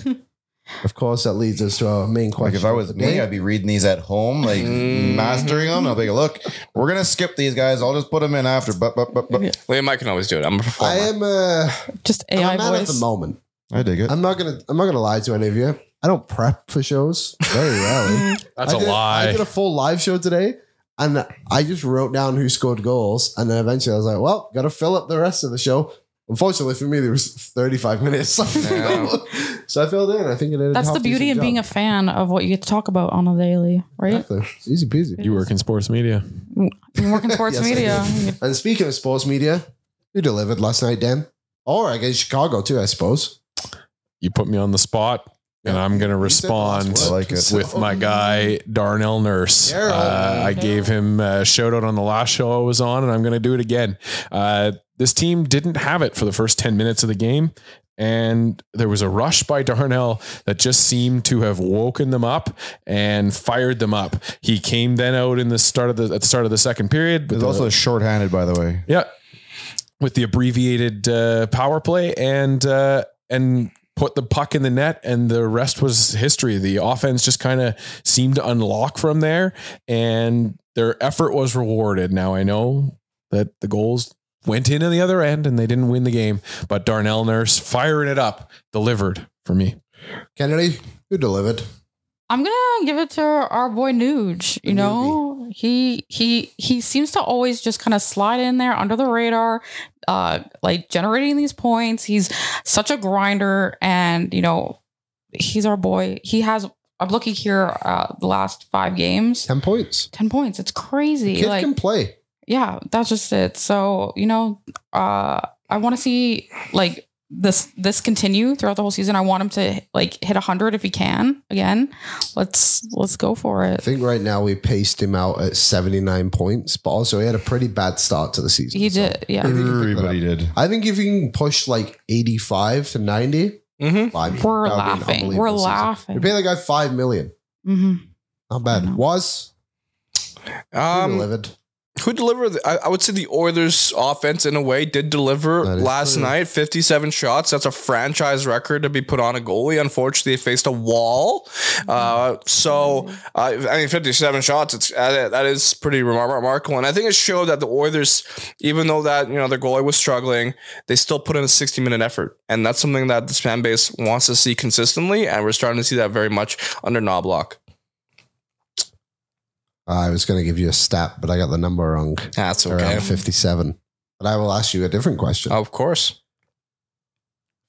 [SPEAKER 2] of course that leads us to our main
[SPEAKER 6] Like
[SPEAKER 2] question.
[SPEAKER 6] if I was
[SPEAKER 2] of the day. Mm.
[SPEAKER 6] me, I'd be reading these at home, like mastering them. I'll be like, look, we're gonna skip these guys. I'll just put them in after. But but but, but.
[SPEAKER 5] Liam, I can always do it. I'm a performer.
[SPEAKER 2] I am uh,
[SPEAKER 4] Just
[SPEAKER 2] I'm
[SPEAKER 4] AI
[SPEAKER 2] a man at the
[SPEAKER 4] voice.
[SPEAKER 2] moment.
[SPEAKER 6] I dig it.
[SPEAKER 2] I'm not gonna I'm not gonna lie to any of you. I don't prep for shows very rarely.
[SPEAKER 3] That's
[SPEAKER 2] I
[SPEAKER 3] a
[SPEAKER 2] did, I
[SPEAKER 3] lie.
[SPEAKER 2] did a full live show today, and I just wrote down who scored goals, and then eventually I was like, "Well, got to fill up the rest of the show." Unfortunately for me, there was 35 minutes, so I filled in. I think it ended.
[SPEAKER 4] That's the beauty in being a fan of what you get to talk about on a daily, right?
[SPEAKER 2] Exactly. It's easy peasy.
[SPEAKER 3] You work in sports media.
[SPEAKER 4] You work in sports
[SPEAKER 2] Yes, I
[SPEAKER 4] media.
[SPEAKER 2] do.
[SPEAKER 4] You
[SPEAKER 2] And speaking of sports media, who delivered last night, Dan? Or against Chicago too, I suppose.
[SPEAKER 3] You put me on the spot, and I'm going to
[SPEAKER 2] You said the last
[SPEAKER 3] respond
[SPEAKER 2] word.
[SPEAKER 6] I like it.
[SPEAKER 3] with my guy Darnell Nurse.
[SPEAKER 2] Darryl.
[SPEAKER 3] Uh, I gave him a shout out on the last show I was on, and I'm going to do it again. Uh, this team didn't have it for the first 10 minutes of the game. And there was a rush by Darnell that just seemed to have woken them up and fired them up. He came then out in the start of the at the start of the second period.
[SPEAKER 6] It's
[SPEAKER 3] the-
[SPEAKER 6] also shorthanded, by the way.
[SPEAKER 3] yeah. With the abbreviated uh, power play and uh, and put the puck in the net and the rest was history. The offense just kind of seemed to unlock from there and their effort was rewarded. Now I know that the goals went in on the other end and they didn't win the game, but Darnell Nurse firing it up delivered for me.
[SPEAKER 2] Kennedy, who delivered?
[SPEAKER 4] I'm gonna give it to our boy Nuge. You know, he he he seems to always just kind of slide in there under the radar, uh, like generating these points. He's such a grinder, and you know, he's our boy. He has. I'm looking here. Uh, the last five games,
[SPEAKER 2] 10 points.
[SPEAKER 4] ten points. It's
[SPEAKER 2] Kid
[SPEAKER 4] crazy. like,
[SPEAKER 2] can play.
[SPEAKER 4] yeah, that's just it. So you know, uh, I want to see like this this continue throughout the whole season. I want him to like hit hundred if he can again. Let's let's go for
[SPEAKER 2] I
[SPEAKER 4] it.
[SPEAKER 2] think right now we paced him out at 79 points, but also he had a pretty bad start to the season.
[SPEAKER 4] He
[SPEAKER 2] so
[SPEAKER 4] did, yeah.
[SPEAKER 6] Everybody did.
[SPEAKER 2] I think if you can push like 85 to 90,
[SPEAKER 5] Mhm.
[SPEAKER 2] well, I mean,
[SPEAKER 4] We're
[SPEAKER 2] that would be an
[SPEAKER 4] laughing.
[SPEAKER 2] unbelievable
[SPEAKER 4] We're
[SPEAKER 2] season.
[SPEAKER 4] laughing.
[SPEAKER 2] You pay the guy 5 million.
[SPEAKER 4] Mhm.
[SPEAKER 2] Not
[SPEAKER 4] I know.
[SPEAKER 2] bad. Was who
[SPEAKER 5] Um,
[SPEAKER 2] delivered.
[SPEAKER 5] who delivered? the- I, I would say the Oilers' offense, in a way, did deliver
[SPEAKER 2] That is
[SPEAKER 5] last
[SPEAKER 2] true.
[SPEAKER 5] night. Fifty-seven shots. That's a franchise record to be put on a goalie. Unfortunately, they faced a wall.
[SPEAKER 2] Mm-hmm.
[SPEAKER 5] Uh, so, uh, I mean, fifty-seven shots. It's uh, that is pretty remar- remarkable, and I think it showed that the Oilers, even though that you know their goalie was struggling, they still put in a sixty-minute effort, and that's something that this fan base wants to see consistently, and we're starting to see that very much under Knobloch.
[SPEAKER 2] I was going to give you a stat, but I got the number wrong.
[SPEAKER 5] That's okay. Oh.
[SPEAKER 2] Around 57. But I will ask you a different question.
[SPEAKER 5] Of course,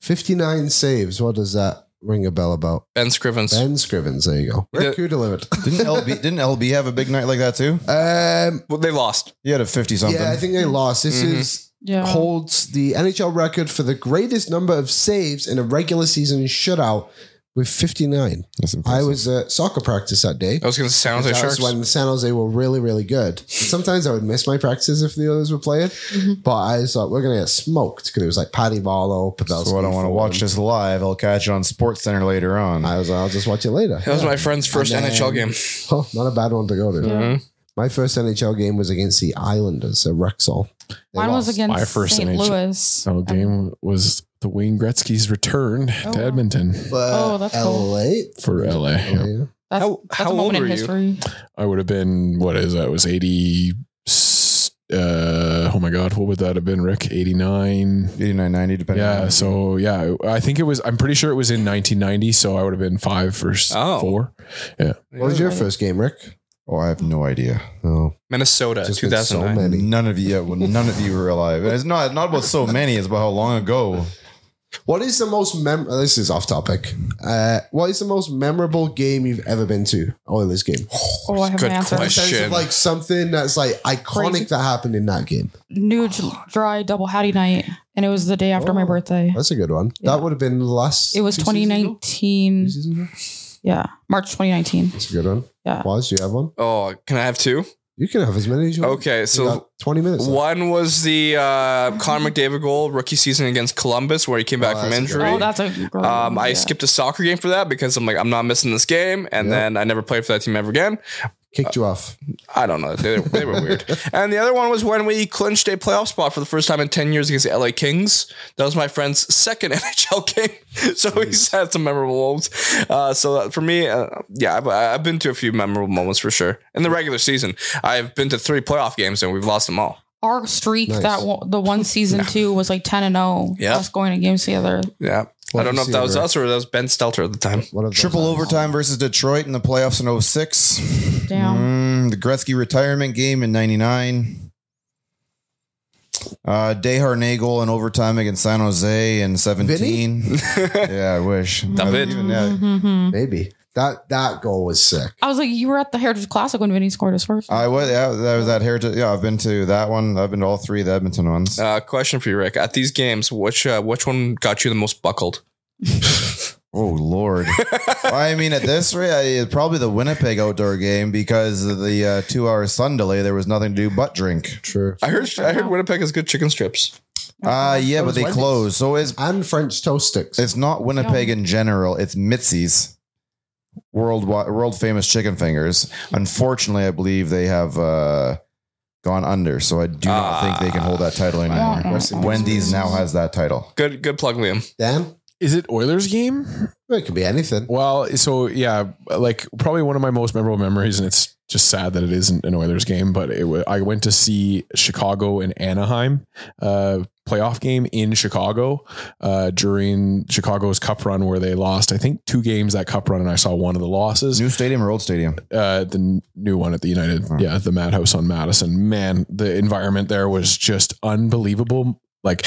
[SPEAKER 2] 59 saves. What does that ring a bell about?
[SPEAKER 5] Ben Scrivens.
[SPEAKER 2] Ben Scrivens. There you go. Rick,
[SPEAKER 5] The-
[SPEAKER 2] who delivered?
[SPEAKER 6] Didn't LB didn't LB have a big night like that too?
[SPEAKER 2] Um,
[SPEAKER 5] Well, they lost.
[SPEAKER 6] He had a fifty something.
[SPEAKER 2] Yeah, I think they lost. This
[SPEAKER 5] Mhm.
[SPEAKER 2] is
[SPEAKER 4] Mm-hmm. Yeah.
[SPEAKER 2] holds the NHL record for the greatest number of saves in a regular season shutout with 59.
[SPEAKER 6] That's impressive.
[SPEAKER 2] I was at soccer practice that day.
[SPEAKER 5] I was going to sound like
[SPEAKER 2] That
[SPEAKER 5] Oh, sharks.
[SPEAKER 2] was when San Jose were really, really good. Sometimes I would miss my practices if the others were playing,
[SPEAKER 4] Mm-hmm.
[SPEAKER 2] but I just thought we're going to get smoked because it was like Paddy Barlow, Pavelski.
[SPEAKER 6] so I don't want to watch this live. I'll catch it on Sports Center later on.
[SPEAKER 2] I was like, I'll just watch it later.
[SPEAKER 5] that was my friend's first
[SPEAKER 2] And then- Mm-hmm.
[SPEAKER 5] NHL game.
[SPEAKER 2] Oh, not a bad one to go to.
[SPEAKER 4] Mm-hmm.
[SPEAKER 2] My first NHL game was against the Islanders at Rexall.
[SPEAKER 4] Mine was
[SPEAKER 3] My
[SPEAKER 4] against
[SPEAKER 3] first
[SPEAKER 4] St.
[SPEAKER 3] NHL
[SPEAKER 4] Louis.
[SPEAKER 3] So game was the Wayne Gretzky's return to Edmonton
[SPEAKER 4] Oh, that's
[SPEAKER 2] LA.
[SPEAKER 4] cool.
[SPEAKER 3] for LA. Yeah.
[SPEAKER 2] Yeah.
[SPEAKER 4] That's,
[SPEAKER 5] How-
[SPEAKER 4] that's
[SPEAKER 5] how
[SPEAKER 4] a moment
[SPEAKER 5] old were
[SPEAKER 4] in
[SPEAKER 5] you?
[SPEAKER 4] history.
[SPEAKER 3] I would have been what is that? It was eighty. Uh, oh my God, what would that have been, Rick? Eighty nine.
[SPEAKER 6] 89, 90, depending.
[SPEAKER 3] Yeah.
[SPEAKER 6] on-
[SPEAKER 3] So yeah, I think it was. I'm pretty sure it was in 1990. So I would have been five or s-
[SPEAKER 5] Oh.
[SPEAKER 3] four.
[SPEAKER 2] What was your first game, Rick?
[SPEAKER 6] oh, I have no idea.
[SPEAKER 2] Oh,
[SPEAKER 5] Minnesota,
[SPEAKER 2] just been so
[SPEAKER 5] 2009.
[SPEAKER 2] many.
[SPEAKER 6] None of you, yeah, well, none of you were alive. It's not not about so many. It's about how long ago.
[SPEAKER 2] What is the most mem? This is off topic. Uh, what is the most memorable game you've ever been to? Oilers game.
[SPEAKER 4] Oh, I have
[SPEAKER 5] Good
[SPEAKER 4] my answer.
[SPEAKER 2] In terms
[SPEAKER 5] question.
[SPEAKER 2] of like something that's like iconic
[SPEAKER 4] Crazy.
[SPEAKER 2] that happened in that game.
[SPEAKER 4] New dry double hattie night, and it was the day after my
[SPEAKER 2] Oh.
[SPEAKER 4] birthday.
[SPEAKER 2] That's a good one. That would have been the last.
[SPEAKER 4] It was
[SPEAKER 2] two seasons ago?
[SPEAKER 4] 2019.
[SPEAKER 2] Two seasons ago?
[SPEAKER 4] Yeah, March 2019.
[SPEAKER 2] That's a good one.
[SPEAKER 4] Yeah.
[SPEAKER 2] Waz, do you have one?
[SPEAKER 5] Oh, can I have two?
[SPEAKER 2] You can have as many as you want.
[SPEAKER 5] Okay,
[SPEAKER 2] You
[SPEAKER 5] so
[SPEAKER 2] got twenty minutes. left.
[SPEAKER 5] One was the uh, Connor McDavid goal rookie season against Columbus, where he came back
[SPEAKER 2] Mm-hmm. Oh,
[SPEAKER 5] from
[SPEAKER 2] that's a good
[SPEAKER 5] injury.
[SPEAKER 2] one.
[SPEAKER 4] Oh, that's a great
[SPEAKER 5] Um, I
[SPEAKER 4] yeah.
[SPEAKER 5] skipped a soccer game for that because I'm like, I'm not missing this game. And
[SPEAKER 2] Yeah.
[SPEAKER 5] then I never played for that team ever again.
[SPEAKER 2] Kicked you off.
[SPEAKER 5] I don't know. They, they were weird. And the other one was when we clinched a playoff spot for the first time in 10 years against the LA Kings. That was my friend's second NHL game. So he's had some memorable moments. Uh, so that- for me, uh, yeah, I've, I've been to a few memorable moments for sure. In the regular season, I've been to three playoff games and we've lost them all.
[SPEAKER 4] our streak
[SPEAKER 2] Nice.
[SPEAKER 4] that one, the one season two was like 10 and 0.
[SPEAKER 5] Yeah.
[SPEAKER 4] us going to games together.
[SPEAKER 5] Yeah. I don't know if that was
[SPEAKER 2] receiver.
[SPEAKER 5] us or that was Ben Stelter at the time.
[SPEAKER 2] What have those
[SPEAKER 6] Triple
[SPEAKER 2] had?
[SPEAKER 6] overtime versus Detroit in the playoffs in 06.
[SPEAKER 4] Damn.
[SPEAKER 6] Mm, the Gretzky retirement game in 99. Uh, Deharnay goal in overtime against San Jose in 17. yeah, I wish.
[SPEAKER 5] David.
[SPEAKER 6] Even, yeah.
[SPEAKER 4] Mm-hmm.
[SPEAKER 2] Maybe that that goal was sick.
[SPEAKER 4] I was like, you were at the Heritage Classic when Vinny scored his first.
[SPEAKER 3] Uh,
[SPEAKER 6] I was, yeah, that was that heritage. Yeah, I've been to that one. I've been to all three of the Edmonton ones.
[SPEAKER 5] Uh, question for you, Rick. At these games, which uh, which one got you the most buckled?
[SPEAKER 6] Oh Lord! I mean, at this rate, I, it's probably the Winnipeg outdoor game because of the uh, two-hour sun delay. There was nothing to do but drink.
[SPEAKER 2] True.
[SPEAKER 5] I heard I heard Winnipeg has good chicken strips.
[SPEAKER 6] Uh yeah,
[SPEAKER 2] was
[SPEAKER 6] but they
[SPEAKER 2] Wendy's.
[SPEAKER 6] closed. So it's
[SPEAKER 2] And French toast sticks.
[SPEAKER 6] it's not Winnipeg in general. It's Mitzi's world world famous chicken fingers. Unfortunately, I believe they have uh, gone under. So I do not think they can hold that title anymore.
[SPEAKER 2] Rest in peace,
[SPEAKER 6] Wendy's
[SPEAKER 2] Mitzi's.
[SPEAKER 6] now has that title.
[SPEAKER 5] Good good plug, Liam.
[SPEAKER 2] Dan.
[SPEAKER 3] Is it Oilers game?
[SPEAKER 2] Well, It could be anything.
[SPEAKER 3] Well, so yeah, like probably one of my most memorable memories, and it's just sad that it isn't an Oilers game. But it, wa- I went to see Chicago and Anaheim uh, playoff game in Chicago uh, during Chicago's Cup run, where they lost I think two games that Cup run, and I saw one of the losses.
[SPEAKER 6] New stadium or old stadium?
[SPEAKER 3] uh, the n- new one at the United, yeah, the Madhouse on Madison. Man, the environment there was just unbelievable. Like,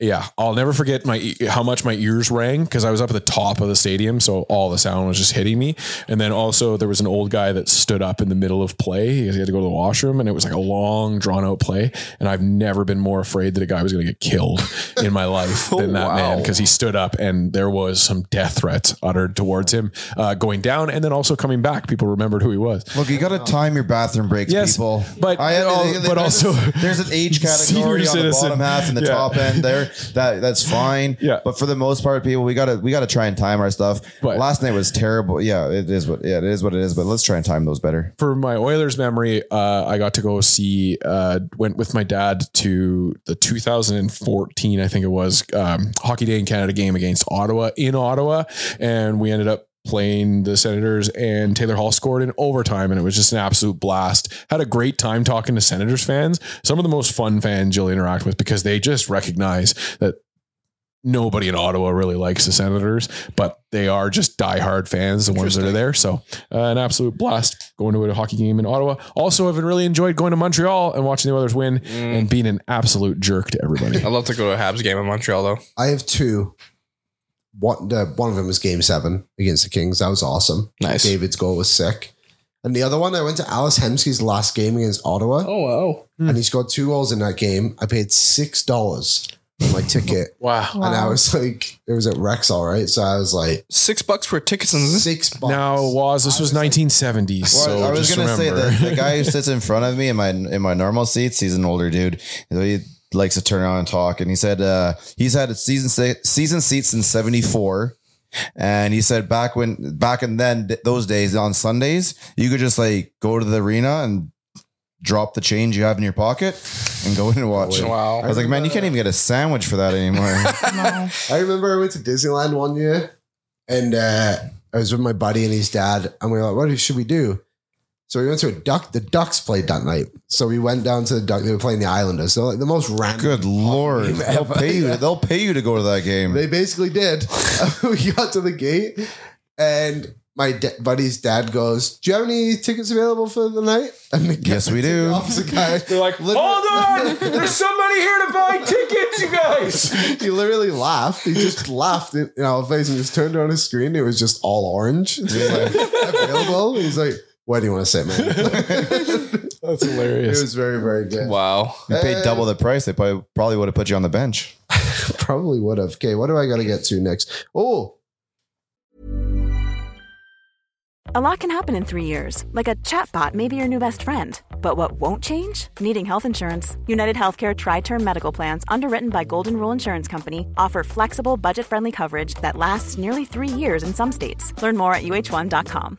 [SPEAKER 3] yeah, I'll never forget my e- how much my ears rang because I was up at the top of the stadium, so all the sound was just hitting me. And then also there was an old guy that stood up in the middle of play because he had to go to the washroom, and it was like a long, drawn out play. And I've never been more afraid that a guy was going to get killed in my life than that man because he stood up and there was some death threats uttered towards him uh, going down and then also coming back. People remembered who he was.
[SPEAKER 6] Look, you got to time your bathroom breaks,
[SPEAKER 3] Yes,
[SPEAKER 6] people.
[SPEAKER 3] but all- but
[SPEAKER 6] there's
[SPEAKER 3] also-
[SPEAKER 6] a- there's an age category
[SPEAKER 3] Senior
[SPEAKER 6] on the
[SPEAKER 3] citizen.
[SPEAKER 6] bottom half and the
[SPEAKER 3] Yeah.
[SPEAKER 6] top end. There, that that's fine.
[SPEAKER 3] Yeah.
[SPEAKER 6] but for the most part, people, we gotta we gotta try and time our stuff.
[SPEAKER 3] But-
[SPEAKER 6] Last night was terrible. Yeah, it is what yeah it is what it is. But let's try and time those better.
[SPEAKER 3] for my Oilers memory, uh, I got to go see, uh, went with my dad to the 2014, I think it was, um, Hockey Day in Canada game against Ottawa in Ottawa. And we ended up playing the Senators, and Taylor Hall scored in overtime. And it was just an absolute blast. Had a great time talking to Senators fans. Some of the most fun fans you'll interact with because they just recognize that nobody in Ottawa really likes the Senators, but they are just diehard fans, the ones that are there. So, uh, an absolute blast going to a hockey game in Ottawa. Also, I've really enjoyed going to Montreal and watching the Oilers win
[SPEAKER 6] Mm,
[SPEAKER 3] and being an absolute jerk to everybody.
[SPEAKER 5] I'd love to go to a Habs game in Montreal though.
[SPEAKER 2] I have two. One, the, one of them was Game Seven against the Kings. That was awesome.
[SPEAKER 5] Nice.
[SPEAKER 2] David's goal was sick. And the other one, I went to Alice Hemsky's last game against Ottawa,
[SPEAKER 5] Oh wow.
[SPEAKER 2] and he scored two goals in that game. I paid six dollars my ticket.
[SPEAKER 3] Wow.
[SPEAKER 2] And I was like, it was at Rexall, right? So I was like,
[SPEAKER 5] Six bucks for tickets and this.
[SPEAKER 2] six bucks.
[SPEAKER 3] Now, Waz, this was 1970s.
[SPEAKER 6] Well,
[SPEAKER 3] so
[SPEAKER 6] I was
[SPEAKER 3] just
[SPEAKER 6] gonna
[SPEAKER 3] remember.
[SPEAKER 6] say that the guy who sits in front of me in my in my normal seats, he's an older dude. He likes to turn on and talk, and he said uh, he's had a season se- season seats in '74. And he said back when back in then th- those days on Sundays, you could just like go to the arena and drop the change you have in your pocket and go in and watch. it.
[SPEAKER 5] Wow.
[SPEAKER 6] I was like, man, you can't even get a sandwich for that anymore.
[SPEAKER 4] No.
[SPEAKER 2] I remember I went to Disneyland one year and uh, I was with my buddy and his dad, and we were like, what should we do? So we went to a duck. The Ducks played that night. So we went down to the Duck. They were playing the Islanders. So like the most random.
[SPEAKER 6] Good lord, they'll
[SPEAKER 2] ever.
[SPEAKER 6] pay you. They'll pay you to go to that game.
[SPEAKER 2] They basically did. we got to the gate, and my da- buddy's dad goes, "Do you have any tickets available for the night?" And the guy-
[SPEAKER 6] Yes, we do.
[SPEAKER 2] The officer guy, they're like,
[SPEAKER 5] Hold on! There's somebody here to buy tickets, you guys!
[SPEAKER 2] he literally laughed. He just laughed in in our face and just turned on his screen. It was just all orange. It's just like, available. He's like, "Where do you want to sit, man?"
[SPEAKER 3] That's
[SPEAKER 2] it
[SPEAKER 3] hilarious.
[SPEAKER 2] was very, very good.
[SPEAKER 5] Wow.
[SPEAKER 6] You paid double the price. They probably probably would have put you on the bench.
[SPEAKER 2] Probably would have. Okay, what do I got to get to next? Oh,
[SPEAKER 7] A lot can happen in three years, like a chatbot may be your new best friend. But what won't change? Needing health insurance. United Healthcare Tri Term Medical Plans, underwritten by Golden Rule Insurance Company, offer flexible, budget friendly coverage that lasts nearly three years in some states. Learn more at uh1.com.